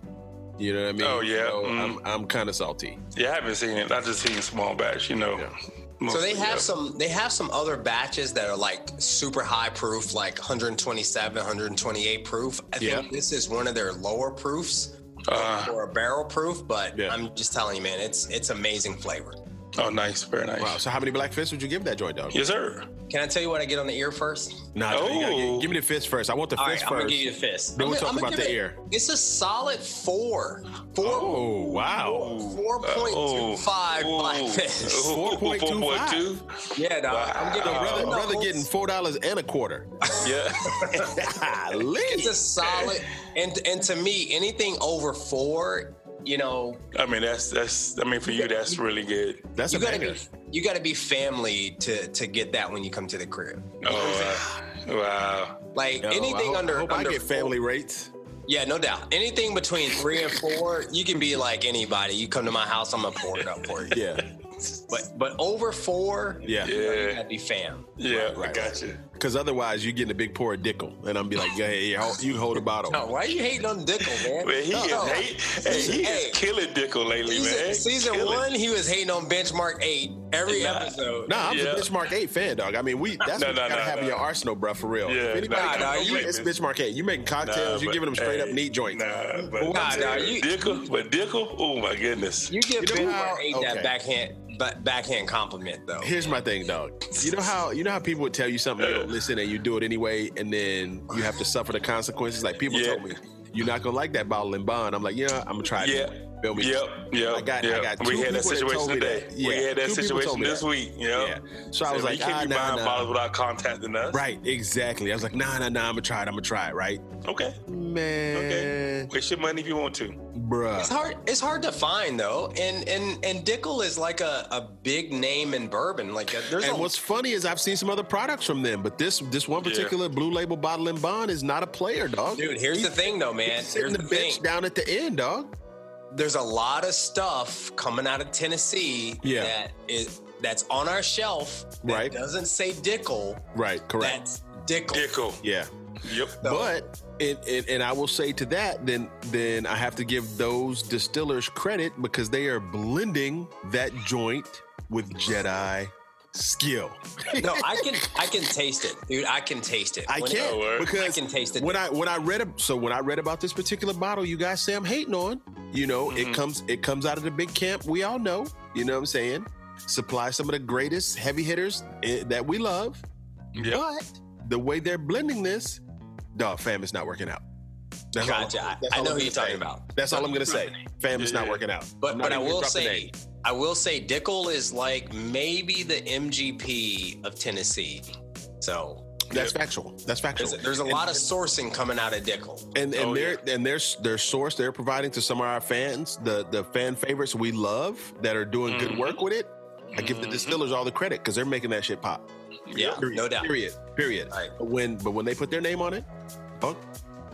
You know what I mean?
Oh, yeah.
So
Mm.
I'm I'm kind of salty.
yeah. I haven't seen it. I just seen small batch. You know.
Yeah.
So
mostly,
they have
yeah.
some they have some other batches that are like super high proof, like 127, 128 proof. I
Yeah.
think this is one of their lower proofs
Uh,
or a barrel proof, but
Yeah.
I'm just telling you, man, it's it's amazing flavor.
oh, nice. Very nice.
Wow. So how many black fists would you give that joint, dog?
Yes, sir.
Can I tell you what I get on the ear first?
Nah, dog, you gotta
Oh.
get- give me the fist first. I want the
All
fist
right, I'm
first.
gonna give you the fist.
Then
I'm
we'll
gonna-
talk
I'm gonna
about
give
the
it-
ear.
It's a solid four. Four
oh wow.
Four point
Oh.
two five
Ooh.
black fist.
Ooh,
4.25.
4.2?
Yeah, dog. I'm getting
Wow.
Brother,
the
brother
knuckles.
getting four dollars and a quarter.
Yeah.
Golly.
It's a solid, and and to me, anything over four, you know,
I mean, that's that's. I mean, for you, that's really good.
That's
you
a
gotta
banger.
be you gotta be family to to get that when you come to the crib.
Oh, wow. wow.
Like
Yo, I
anything
hope,
under
I hope
under
I get
four-
family rates.
Yeah, no doubt. Anything between three and four, you can be like anybody. You come to my house, I'm gonna pour it up for you.
Yeah,
But but over four,
yeah.
you
Yeah,
gotta be fam.
yeah.
right,
I got you.
Because otherwise, you're getting a big pour of dickle, and I'm be like, yeah, yeah, yeah, you hold a bottle.
No, why are you hating on Dickel, man?
Man, he
No,
is
no.
hate. Hey, he
Hey.
is killing Dickel lately,
Season,
man.
season
Killing.
one, he was hating on benchmark eight every
Nah.
episode.
Nah, I'm
Yeah.
a benchmark eight fan, dog. I mean, we that's
No,
what
no,
you gotta
no,
have in
no.
your arsenal, bro. For real.
Yeah,
If anybody
nah,
comes
nah,
over,
you-
it's benchmark eight. You making
Nah,
cocktails, you
but-
giving them straight up
hey,
neat joints.
Nah, but
Nah, nah, you-
Dickel, but Dickel, oh my goodness.
You give
You know
benchmark
how-
eight
okay.
that backhand ba- backhand compliment though.
Here's my thing, dog. You know how you know how people would tell you something, you don't listen, and you do it anyway, and then you have to suffer the consequences. Like people
Yeah.
told me, you're not gonna like that bottle and bond. I'm like, yeah, I'm gonna try it.
Yeah.
Feel me?
Yep, yep.
I got- I
yep.
got two
we had that
people that
situation
told me
today.
that.
We
Yeah,
had that
two people told
situation
me
this
that.
week. Yep.
Yeah. So I was
we
like,
can't
ah,
be
nah,
buying
nah.
bottles without contacting us.
Right, exactly. I was like, nah, nah, nah. I'm gonna try it. I'm gonna try it. Right,
Okay.
man,
Waste your money if you want to.
bruh.
It's hard. It's hard to find though, and and and Dickel is like a, a big name in bourbon. Like uh, there's
And
a,
what's funny is I've seen some other products from them, but this this one
Yeah.
particular blue label bottle and bond is not a player, dog.
dude. Here's the thing though, man.
It's
Here's
sitting
the,
the
thing.
bench down at the end, dog.
There's a lot of stuff coming out of Tennessee
Yeah.
that is that's on our shelf that
Right.
doesn't say Dickel.
Right, correct.
That's Dickel.
Dickel.
yeah.
Yep.
But and, and and I will say to that, then then I have to give those distillers credit because they are blending that joint with Jedi skill.
No, I can I can taste it, dude. I can taste it.
I
When-
can't
work.
because
I can taste it.
when I when I read ab- so when I read about this particular bottle you guys say I'm hating on, you know,
Mm-hmm.
it comes it comes out of the big camp. We all know, you know what I'm saying? Supply some of the greatest heavy hitters eh, that we love.
Yep.
But the way they're blending this, dog, fam, it's not working out. That's all I'm-
Gotcha. I-
that's
I
all
know
I'm
who you're
gonna
talking
say.
about.
That's all I'm gonna say. Fam, it's
Yeah,
not
yeah.
working out. I'm
But
not
but I
even gonna
will
drop the
say
name.
I will say Dickel is like maybe the MGP of Tennessee. So
that's factual. That's factual.
there's a, there's a
And-
lot of sourcing coming out of Dickel.
and and
Oh,
their and their their source they're providing to some of our fans the the fan favorites we love that are doing good
Mhm.
Mm-hmm.
work with it. I give the
Mhm.
distillers all the credit because they're making that shit pop.
Yeah,
Period.
Mm-hmm. no doubt.
Period. Period.
Right.
But when but when they put their name on it, fuck,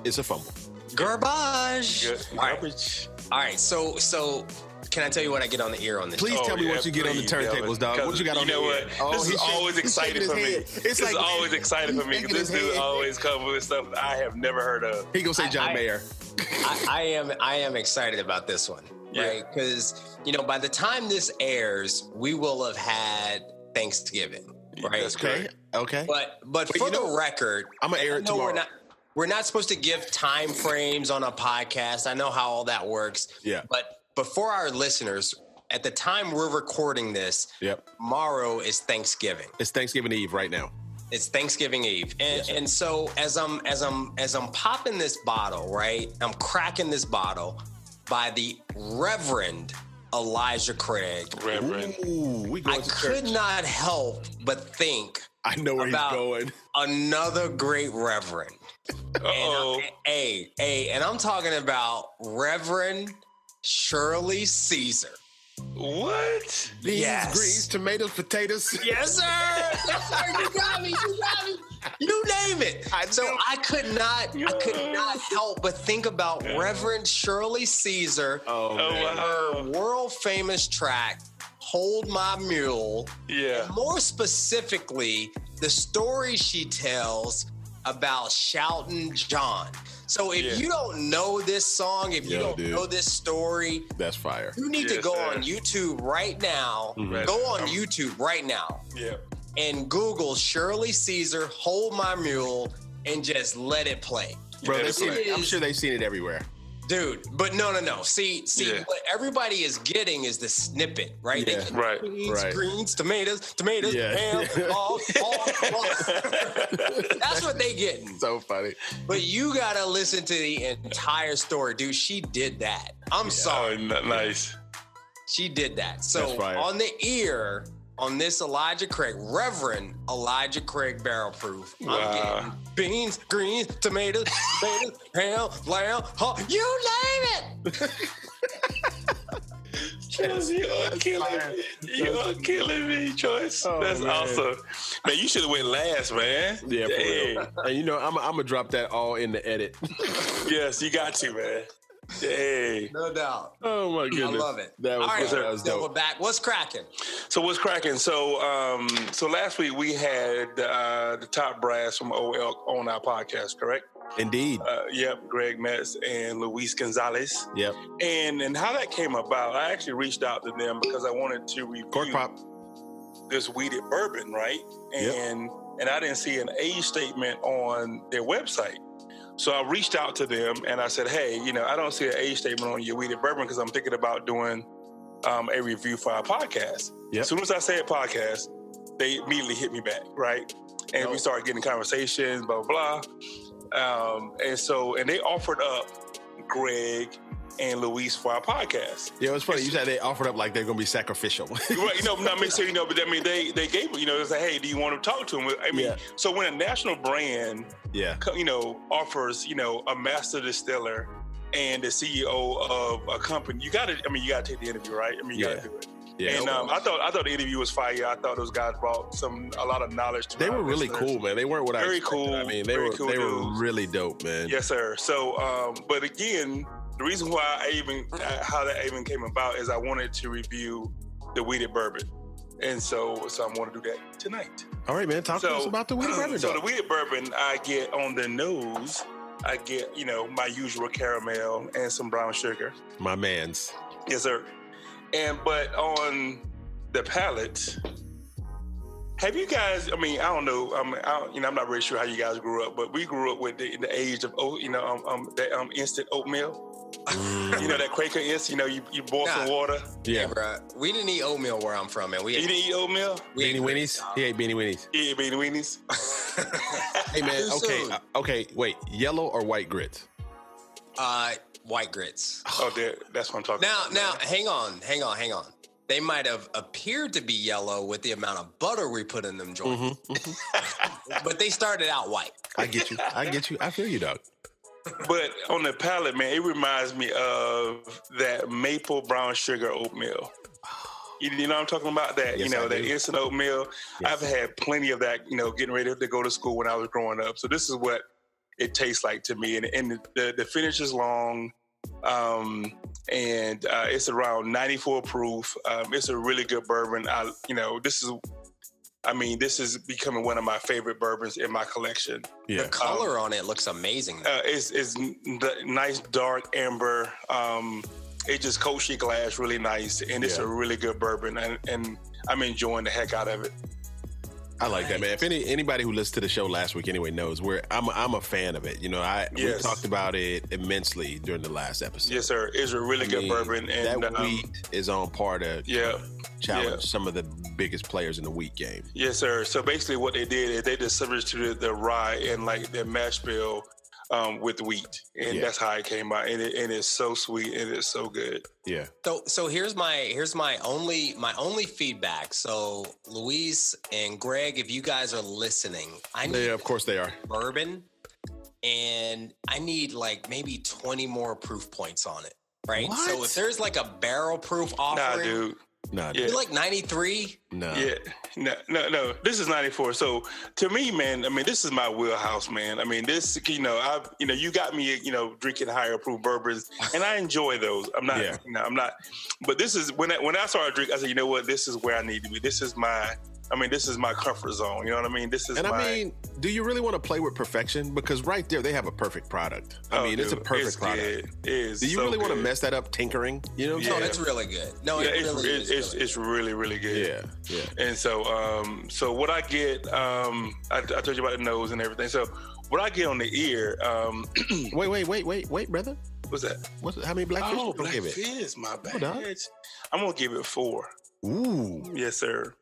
it's a fumble.
Garbage.
Good.
All right.
Garbage.
All right. So so can I tell you what I get on the ear on this?
Please
Oh,
tell me
yeah,
what you get on the
please,
turntables,
Delvin,
dog. What you got on
you know
the
what?
ear? Oh,
this
he
is
shake-
always
he's shaking
exciting
his
for me.
head.
It's this is
man,
always exciting for me
he's
because this
shaking his
dude
head.
always comes with stuff I have never heard of.
He gonna say
I-
John
I-
Mayer.
I, I am I am excited about this one,
Yeah.
right? Because you know, by the time this airs, we will have had Thanksgiving, right?
That's
Okay.
correct.
Okay.
But but
But
for
you know-
the record,
I'm gonna air it
no, we're
tomorrow.
not. We're not supposed to give time frames on a podcast. I know how all that works.
Yeah.
But before our listeners, at the time we're recording this,
Yep.
tomorrow is Thanksgiving.
It's Thanksgiving Eve right now.
It's Thanksgiving Eve, and and so as I'm as I'm as I'm popping this bottle, right? I'm cracking this bottle by the Reverend Elijah Craig.
Reverend.
Ooh, we
I
going to
could
church.
not help but think
I know where
about-
he's going.
another great Reverend.
Uh oh.
And I, hey, hey, and I'm talking about Reverend Shirley Caesar.
What?
Beans,
Yes.
greens, tomatoes, potatoes.
Yes, sir. yes, sir. You got me. You got me. You name it.
I
so
do.
I could not, I could
Yeah.
not help but think about Reverend Shirley Caesar,
Oh,
Oh
man.
her
wow.
world famous track, "Hold My Mule."
Yeah.
More specifically, the story she tells about shouting John. So if
Yeah.
you don't know this song, if you
Yo,
don't
dude.
know this story,
that's fire.
you need to
Yes,
go
sir.
on YouTube right now.
Mhm.
Go on
Um,
YouTube right now
Yeah.
and Google Shirley Caesar, Hold My Mule, and just let it play.
Bro,
Yeah,
they
that's
seen
right.
it. I'm sure they've seen it everywhere.
Dude, but no, no, no. See, see,
Yeah.
what everybody is getting is the snippet, right? They
Yeah.
get
Right,
Greens,
right.
greens, tomatoes, tomatoes,
Yeah.
ham, all, all, all. That's what they getting.
So funny.
But you gotta listen to the entire story, dude. She did that. I'm sorry.
Oh, n- nice.
She did that. So
That's fire.
on the ear on this Elijah Craig, Reverend Elijah Craig barrel proof.
Wow.
I'm getting beans, greens, tomatoes, tomatoes, ham, lamb, hog, you name it.
Choice, you are killing me. You are killing me, Choice.
Oh,
That's
man.
awesome. Man, you should have went last, man.
Yeah, for
Dang.
real. And you know, I'm I'm gonna drop that all in the edit.
Yes, you got to, man. Hey.
No doubt.
Oh my
I
goodness.
love it.
That was,
All right,
that was
so
dope.
we're back. What's cracking?
So what's cracking? So um, so last week we had uh, the top brass from Old Elk on our podcast, correct?
Indeed.
Uh, yep, Greg Metz and Luis Gonzalez.
Yep.
And and how that came about, I actually reached out to them because I wanted to review
Cork pop.
this weeded bourbon, right?
Yep.
And and I didn't see an age statement on their website. So I reached out to them and I said, "Hey, you know, I don't see an age statement on your weeded bourbon because I'm thinking about doing um, a review for our podcast."
Yep.
As soon as I said podcast, they immediately hit me back, right? And we
Dope.
started getting conversations, blah blah. blah. Um, and so, and they offered up Greg and Luis for our podcast.
Yeah, it's funny. You said they offered up like they're gonna be sacrificial.
Right, you know, no, I mean, so you know, but I mean, they they gave you know, they say, hey, do you want to talk to him? I mean,
Yeah.
so when a national brand,
yeah.
co- you know, offers you know a master distiller and the CEO of a company, you got to, I mean, you got to take the interview, right? I mean, you got
Yeah.
to do it.
Yeah.
and um, I thought I thought the interview was fire. I thought those guys brought some a lot of knowledge. to
they
our
were really
listeners.
cool, man. They weren't what I
Very
expected. I
cool,
mean, they
very
were
cool
they were
dudes.
really dope, man.
Yes, sir. So, um, but again, the reason why I even uh, how that even came about is I wanted to review the weeded bourbon, and so so I'm going to do that tonight.
All right, man. Talk to
So-
us about the weed bourbon.
so
dog.
the weeded bourbon I get on the nose. I get you know my usual caramel and some brown sugar.
My man's.
Yes, sir. And but on the palate, have you guys? I mean, I don't know. I mean, I don't, you know, I'm not really sure how you guys grew up, but we grew up with the, the age of oat. You know, um, um, that um, instant oatmeal. You know that Quaker is. You know, you, you boil some
Nah.
water.
Mm, Yeah.
Hey, bruh, we didn't eat oatmeal where I'm from, man. We
You
ate,
didn't eat oatmeal.
we ate
Beanie Winnies. He ate Beanie Winnies.
Yeah, beanie weenies.
Hey man.
Too
Okay.
soon.
uh, okay. Wait. Yellow or white grits?
uh, white grits.
Oh, there, that's what I'm talking
Now,
about.
now, hang on, hang on, hang on. They might have appeared to be yellow with the amount of butter we put in them joints,
Mm-hmm,
but they started out white.
I get you. I get you. I feel you, dog.
But on the palate, man, it reminds me of that maple brown sugar oatmeal. You you know what I'm talking about? That
Yes,
you know
I
that
do.
instant oatmeal.
Yes.
I've had plenty of that. You know, getting ready to go to school when I was growing up. So this is what it tastes like to me, and and the the finish is long, um, and uh, it's around 94 proof. Um, it's a really good bourbon. I you know this is, I mean this is becoming one of my favorite bourbons in my collection
Yeah.
The color on it looks amazing. Though.
uh, it's, it's n- the nice dark amber. Um, it just coats your glass really nice, and it's
Yeah.
a really good bourbon, and, and I'm enjoying the heck out of it.
I like that, man. If any anybody who listened to the show last week anyway knows where I'm, a, I'm a fan of it. You know, I we
Yes.
talked about it immensely during the last episode.
Yes, sir. It's a really
I
good
mean,
bourbon, and
that
um,
wheat is on par to
yeah,
challenge
yeah.
some of the biggest players in the wheat game.
yes, sir. So basically, what they did is they just substituted the rye and like their mash bill um, with wheat, and
Yeah.
that's how it came out. And, it, and it's so sweet, and it's so good.
Yeah.
So, so here's my here's my only my only feedback. So, Luis and Greg, if you guys are listening, I need
Yeah, of course they are.
bourbon, and I need like maybe 20 more proof points on it. Right. So,
What?
if there's like a barrel proof
Nah,
offering,
dude.
Nah,
Yeah.
you're like 93.
nah.
Yeah, no, no, no. This is '94. So to me, man, I mean, this is my wheelhouse, man. I mean, this, you know, I, you know, you got me, you know, drinking higher proof bourbons, and I enjoy those. I'm not,
Yeah.
you know, I'm not. But this is when I, when I started drinking, I said, you know what, this is where I need to be. This is my, I mean, this is my comfort zone. You know what I mean? This is
And
my.
I mean, do you really want to play with perfection? Because right there, they have a perfect product. I
oh,
mean, it's a
dude,
perfect product.
good. It is.
Do you
so
really want to
good.
mess that up tinkering? You know what
Yeah.
No,
I'm
that's really good. No,
Yeah,
it
it's,
really
it's,
is.
it's,
really
it's really, really good.
saying? Yeah. Yeah.
And so, um, so what I get, um, I, I told you about the nose and everything. So, what I get on the ear, um,
Wait, wait, wait, wait, wait, brother.
what's that?
What's, how many blackfish
oh,
you gonna
Black
give it?
Fizz, my bad.
Hold on.
I'm gonna give it four.
Ooh.
Yes, sir.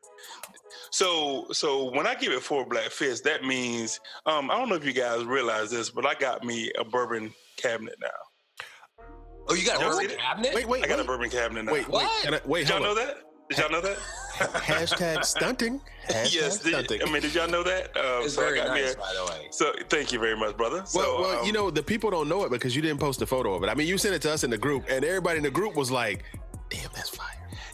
So, so when I give it four Black Fizz, that means um, I don't know if you guys realize this, but I got me a bourbon cabinet now.
Oh, you got a
Y'all
bourbon
see that?
cabinet?
Wait, wait,
I got a
wait,
bourbon cabinet now.
wait, wait,
What?
can I- wait,
Did y'all
hold
know
on.
that? Did y'all know that?
Hashtag stunting. Hashtag
yes. Did,
stunting.
I mean, did y'all know that? Um,
it's
so I
very
got me
nice,
a-
by the way.
so thank you very much, brother. So,
well, well
um,
you know, the people don't know it because you didn't post a photo of it. I mean, you sent it to us in the group, and everybody in the group was like, damn, that's fire.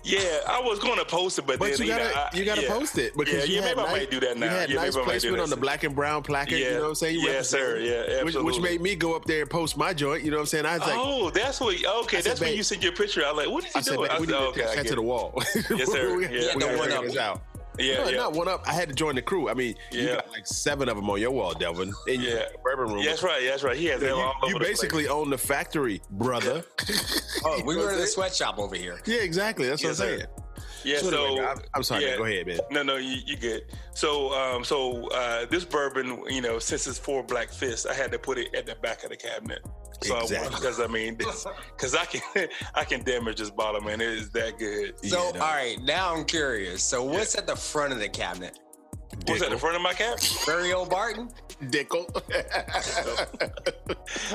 Yeah, I was going to post it, but,
But
then
you gotta,
know, I-
you gotta
yeah.
post it because
Yeah,
you
yeah,
had
maybe I
nice-
might do that now.
You had
Yeah,
nice
maybe I might do
placement
that
on the
soon.
black and brown placard. You
Yeah.
know what I'm saying? You
Yeah, sir.
represented.
Yeah,
Which, which
absolutely.
made me go up there and post my joint. You know what I'm saying? I was like,
oh, that's what. Okay,
said,
that's when
babe-
you sent your picture. I was like, what is he
I said,
doing?
"Man,
I
we
said,
need
okay,
to
I
attach
get
to the
it.
wall.
Yes, sir.
we,
Yeah,
we
no,
gotta
one
figure
up.
this out.
Yeah,
no,
yeah.
not one up. I had to join the crew. I mean, you
Yeah.
got like seven of them on your wall, Delvin, in your
Yeah.
bourbon room.
Yeah, that's right. yeah, That's right. He has that all
you,
over
you
the place.
basically own the factory, brother.
Oh, we
You know what
were in the
I'm saying?
sweatshop over here.
Yeah, exactly. That's
Yes,
what I'm
sir.
saying.
Yeah.
So anyway,
So
I'm, I'm sorry. man.
yeah.
Go ahead, man.
No, no, you, you good. So, um, so uh, this bourbon, you know, since it's for Black Fist, I had to put it at the back of the cabinet. So
Exactly.
because I, mean, because I can, I can damage this bottle, man. It is that good.
So,
Yeah, no.
all right, now I'm curious. So, what's at the front of the cabinet?
What's that? The front of my cap?
Barry O. Barton?
Dickle.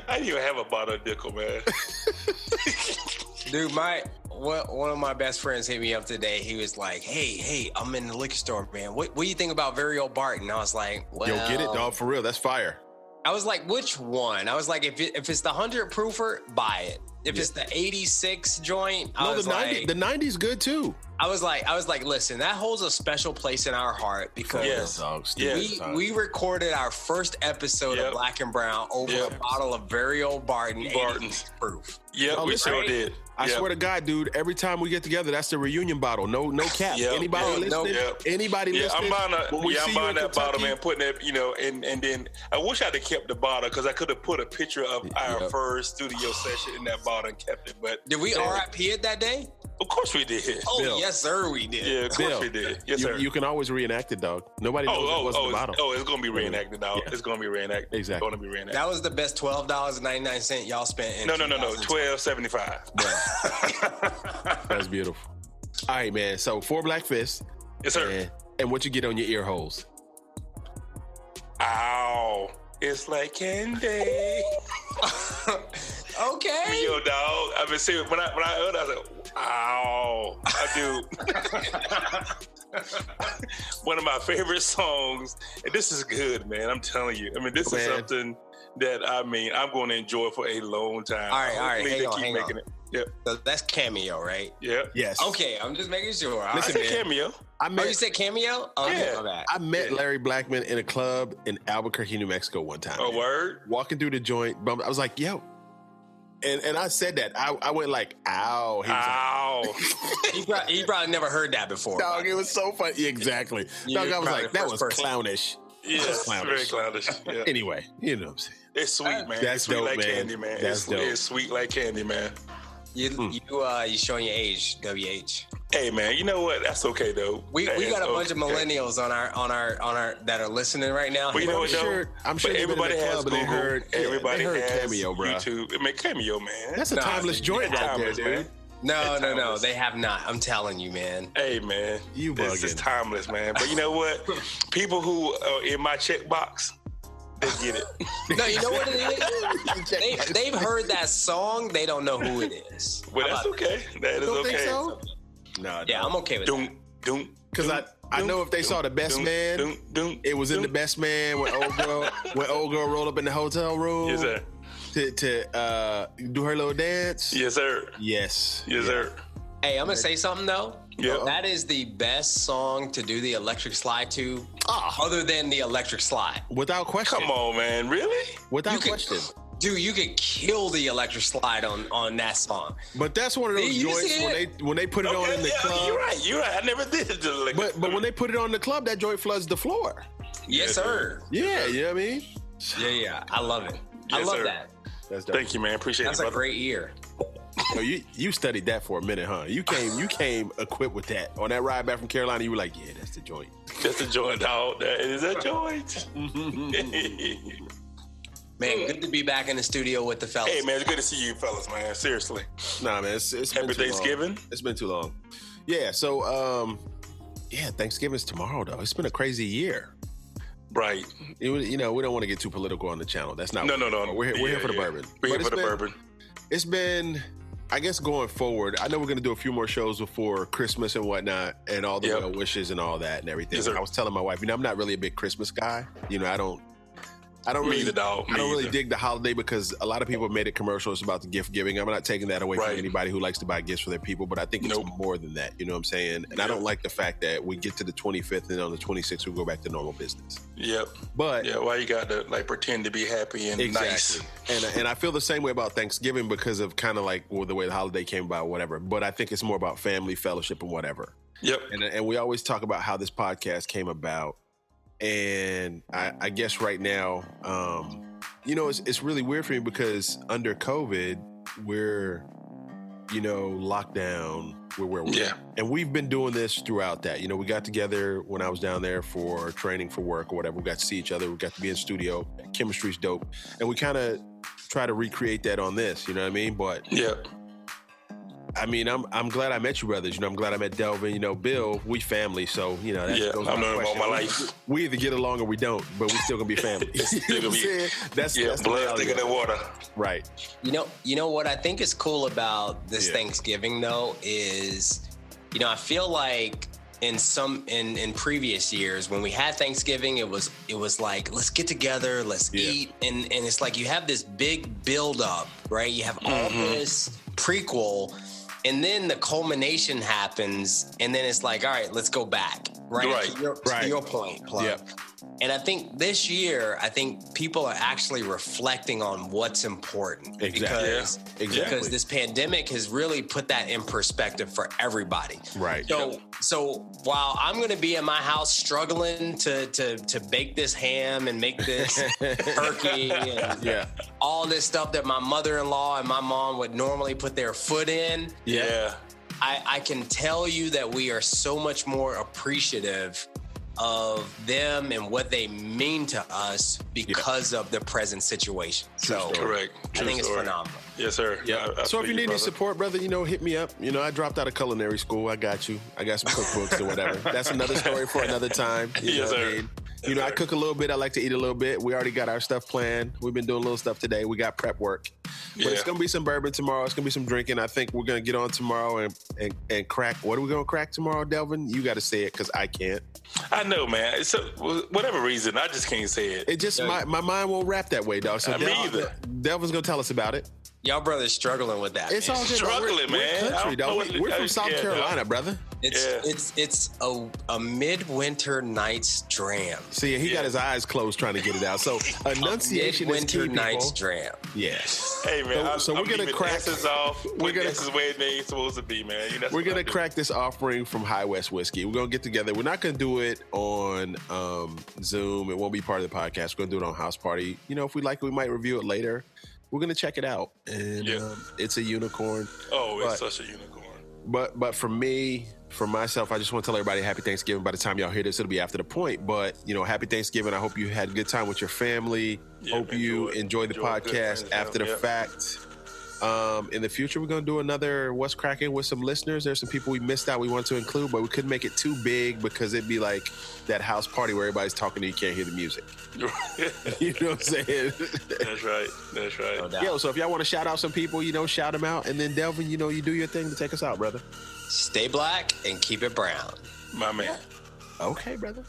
I didn't even have a bottle of Dickel, man.
Dude, my what, one of my best friends hit me up today. He was like, "Hey, hey, I'm in the liquor store, man. What, what do you think about Vario Barton?" I was like, well,
Yo, get it, dog. For real, that's fire.
I was like, "Which one?" I was like, "If it, if it's the hundred proofer, buy it. If it's the '86 joint, I
No,
was
the
like,
ninety, the nineties good too.
I was like, I was like, listen, that holds a special place in our heart because."
Yes. Yeah.
We, we recorded our first episode
Yep.
of Black and Brown over
Yep.
a bottle of Vario Barton,
Barton.
86 proof.
Yeah,
Oh,
we
listen,
sure
right?
did.
I swear to God, dude. Every time we get together, that's the reunion bottle. No, no cap.
Yep.
Anybody
Yeah,
listening?
no
cap.
Anybody
Yeah, I'm
listening?
buying, a,
When we
yeah,
see
I'm
you
buying
in
that bottle,
Kentucky-
man. Putting it, you know, and and then I wish I'd have kept the bottle because I could have put a picture of our
Yeah.
first studio session in that bottle and kept it. But
Did we RIP it that day?
of course we did.
Oh
Bill.
yes, sir, we did.
Yeah, of course
Bill,
we did. Yes,
you,
sir.
you can always reenact it, dog. Nobody knows it
oh, oh,
wasn't
oh,
the bottle.
it's, oh, it's gonna be reenacted now.
Yeah.
It's gonna be reenacted.
Exactly.
It's gonna be reenacted.
That was the best twelve dollars and ninety nine cent y'all spent. In
No, no, no, no.
2000.
Twelve seventy five.
That's beautiful. All right, man. So four black fists,
Yes, sir.
and, and what you get on your ear holes?
Ow. It's like candy.
okay.
Yo, dog. I've been saying when I when I heard, it, I was like, "Ow, I do." One of my favorite songs, and this is good, man. I'm telling you. I mean, this is
Man.
something that I mean I'm going to enjoy for a long time.
All right, all right,
Hopefully
hang
they
on,
keep
hang
making
on.
it. Yep,
So that's cameo, right?
yep.
Yes.
Okay, I'm just making sure. All
I
Listen,
right.
said cameo.
I
Oh, you
met
said cameo? Okay,
Yeah.
my bad.
I met Larry Blackman in a club in Albuquerque, New Mexico, one time.
A Oh, word.
walking through the joint, bum, I was like, yo. And and I said that. I, I went like, ow. He was
Ah,
like,
Ow.
He probably, he probably never heard that before.
dog, it was so funny. Yeah, Exactly.
You
Dog, I was
probably
like,
the
that
first
was
person.
clownish.
Yes, very
Clownish.
clownish. Yeah.
Anyway, you know what I'm saying.
It's sweet, man.
That's
it's sweet
dope,
like
man.
candy, man.
That's
it's,
dope.
it's sweet like candy, man.
You
Hmm.
you uh you showing your age, WH.
Hey, man, you know what? That's okay, though.
We
That
we
is
got a bunch of
oh, okay.
millennials on our on our on our that are listening right now.
But you know
I'm
what, though?
sure- I'm sure
But
they've been in
everybody
the
has
club and
Google.
they heard- yeah, they
everybody
heard
has
Cameo, bruh.
YouTube. I mean, Cameo, man.
That's a
Nah,
timeless
dude,
joint right there,
timeless,
dude.
man.
no, no, no,
Thomas.
they have not. I'm telling you, man.
Hey, man.
You
This is
bugging.
timeless, man. But you know what? People who are in my checkbox, they get it.
No, you know what it is? they, they've heard that song, they don't know who it is.
Well,
How
that's
about
okay. That is
Don't
okay.
think so? Nah,
that? Yeah, I'm okay with that.
Doom, doom.
Because I, I know if they saw the best
doom,
man,
doom, doom,
it was in the
doom.
best man when old girl when old girl rolled up in the hotel room
Yes, sir.
to to uh, do her little dance.
Yes, sir.
Yes.
Yes, sir.
Hey, I'm gonna say something though.
Yeah.
That is the best song to do the electric slide to,
Ah.
other than the electric slide.
Without question.
Come on, man. Really?
Without
You could-
question.
Dude, you could kill the electric slide on on that song.
But that's one of those
You
joints
see
when they
it?
when they put it on in the
yeah,
club.
You're right. You're right. I never did it. to like-
But but when they put it on the club, that joint floods the floor.
Yes, sir.
Yeah, you know what I mean?
Yeah, yeah. I love it. I
Yes,
love
sir.
that.
That's dope.
Thank you, man. Appreciate
That's
it.
a
brother.
great ear.
Yo, you you studied that for a minute, huh? You came you came equipped with that. On that ride back from Carolina, you were like, Yeah, that's the joint.
That's a joint, dog. That is a joint.
Man, good to be back in the studio with the fellas.
Hey man, it's good to see you fellas, man. Seriously.
Nah, man, it's, it's been
Happy
too long.
Thanksgiving.
It's been too long. Yeah, so um yeah, Thanksgiving's tomorrow though. It's been a crazy year.
Right.
It was- you know, we don't want to get too political on the channel. That's not
No,
what
no,
we're
no.
for. We're here, we're here
Yeah,
for the
yeah.
bourbon.
We're here
But
for
it's
the
been-
bourbon.
It's been I guess going forward, I know we're gonna do a few more shows before Christmas and whatnot and all the
Yep.
well wishes and all that and everything.
Yes, sir.
I was telling my wife, you know, I'm not really a big Christmas guy. You know, I don't I don't
Me
really
either, dog.
I
Me
don't really
either.
dig the holiday because a lot of people have made it commercial. It's about the gift giving. I'm not taking that away
Right.
from anybody who likes to buy gifts for their people, but I think
Nope.
it's more than that. You know what I'm saying? And I
Yeah.
don't like the fact that we get to the 25th and on the 26th we go back to normal business.
Yep.
But
Yeah. Why you got to like pretend to be happy and nice?
Exactly. And and I feel the same way about Thanksgiving because of kind of like well, the way the holiday came about, whatever. But I think it's more about family, fellowship, and whatever.
Yep.
And and we always talk about how this podcast came about. And I, I guess right now, um, you know, it's it's really weird for me because under COVID, we're you know locked down. We're where we're
Yeah.
and we've been doing this throughout that. You know, we got together when I was down there for training for work or whatever. We got to see each other. We got to be in studio. Chemistry's dope, and we kind of try to recreate that on this. You know what I mean? But
Yep.
I mean, I'm I'm glad I met you, brothers. You know, I'm glad I met Delvin. You know, Bill, we family. So you know, that's
Yeah.
goes
I've
without
known him all my
question.
life.
We either get along or we don't, but we still gonna be family. You
Still
know what
gonna
I'm
be-
saying? That's
Yeah.
that's the
Blood
reality
thicker
of it.
than water.
right.
You know, you know what I think is cool about this
Yeah.
Thanksgiving though is, you know, I feel like in some in in previous years when we had Thanksgiving, it was it was like let's get together, let's
Yeah.
eat, and and it's like you have this big build up, right? You have all
Mhm.
this prequel, and then the culmination happens, and then it's like all right, let's go back, right?
Right,
To your, to
right.
your point, plug.
Yep.
And I think this year, I think people are actually reflecting on what's important
Exactly.
because
Exactly.
because this pandemic has really put that in perspective for everybody.
Right.
So so while I'm going to be in my house struggling to to to bake this ham and make this turkey and
Yeah.
all this stuff that my mother-in-law and my mom would normally put their foot in,
Yeah.
Yeah.
I, I can tell you that we are so much more appreciative of them and what they mean to us because of the present situation. so
story.
Correct.
I
True
think it's
story.
phenomenal.
Yes, sir.
Yeah.
I- I
so if you
feel
need any
brother.
support, brother, you know, hit me up. You know, I dropped out of culinary school. I got you. I got some cookbooks or whatever. That's another story for another time. You
Yes,
know what I
sir.
mean?
Yes,
you know, I
sir.
cook a little bit. I like to eat a little bit. We already got our stuff planned. We've been doing little stuff today. We got prep work. But
Yeah.
it's gonna be some bourbon tomorrow. It's gonna be some drinking. I think we're gonna get on tomorrow and and, and crack. What are we gonna crack tomorrow, Delvin? You got to say it because I can't.
I know, man. It's a, whatever reason, I just can't say it.
It just my, my mind won't wrap that way, dog. So
Uh, me
Del-
either.
Delvin's gonna tell us about it.
Y'all brothers struggling with that.
It's
man.
all good. dog.
Struggling,
we're,
man.
We're
I
country,
don't
dog.
know
We-
what-
We're from South
yeah, dog.
Carolina, brother.
it's
yeah.
it's it's a a midwinter night's dram.
See, he got
Yeah.
his eyes closed trying to get it out. So enunciation is key,
midwinter night's
people.
dram.
Yeah,
Hey, man.
So-
I'm,
so we're
I'm
gonna
leaving
crack-
S's off. We're
gonna-
gonna. This is where it ain't supposed to be, man. You know, that's
we're
what I
gonna
do.
crack this offering from High West Whiskey. We're gonna get together. We're not gonna do it on um, Zoom. It won't be part of the podcast. We're gonna do it on House Party. You know, if we like it, we might review it later. We're gonna check it out, and
Yeah.
um, it's a unicorn.
Oh, it's
But-
such a unicorn.
But but for me, for myself, I just want to tell everybody happy Thanksgiving. By the time y'all hear this, it'll be after the point. But you know, happy Thanksgiving. I hope you had a good time with your family.
Yeah,
hope you enjoy
enjoy it.
the
Enjoy it. Good
podcast
times,
after the
yeah.
fact. Um, in the future, we're gonna do another "What's Cracking" with some listeners. There's some people we missed out. We want to include, but we couldn't make it too big because it'd be like that house party where everybody's talking and you can't hear the music. You know what I'm saying?
that's right. That's right.
No doubt.
Yo, so if y'all want to shout out some people, you know, shout them out, and then Delvin, you know, you do your thing to take us out, brother.
Stay black and keep it brown.
My man.
Okay, brother.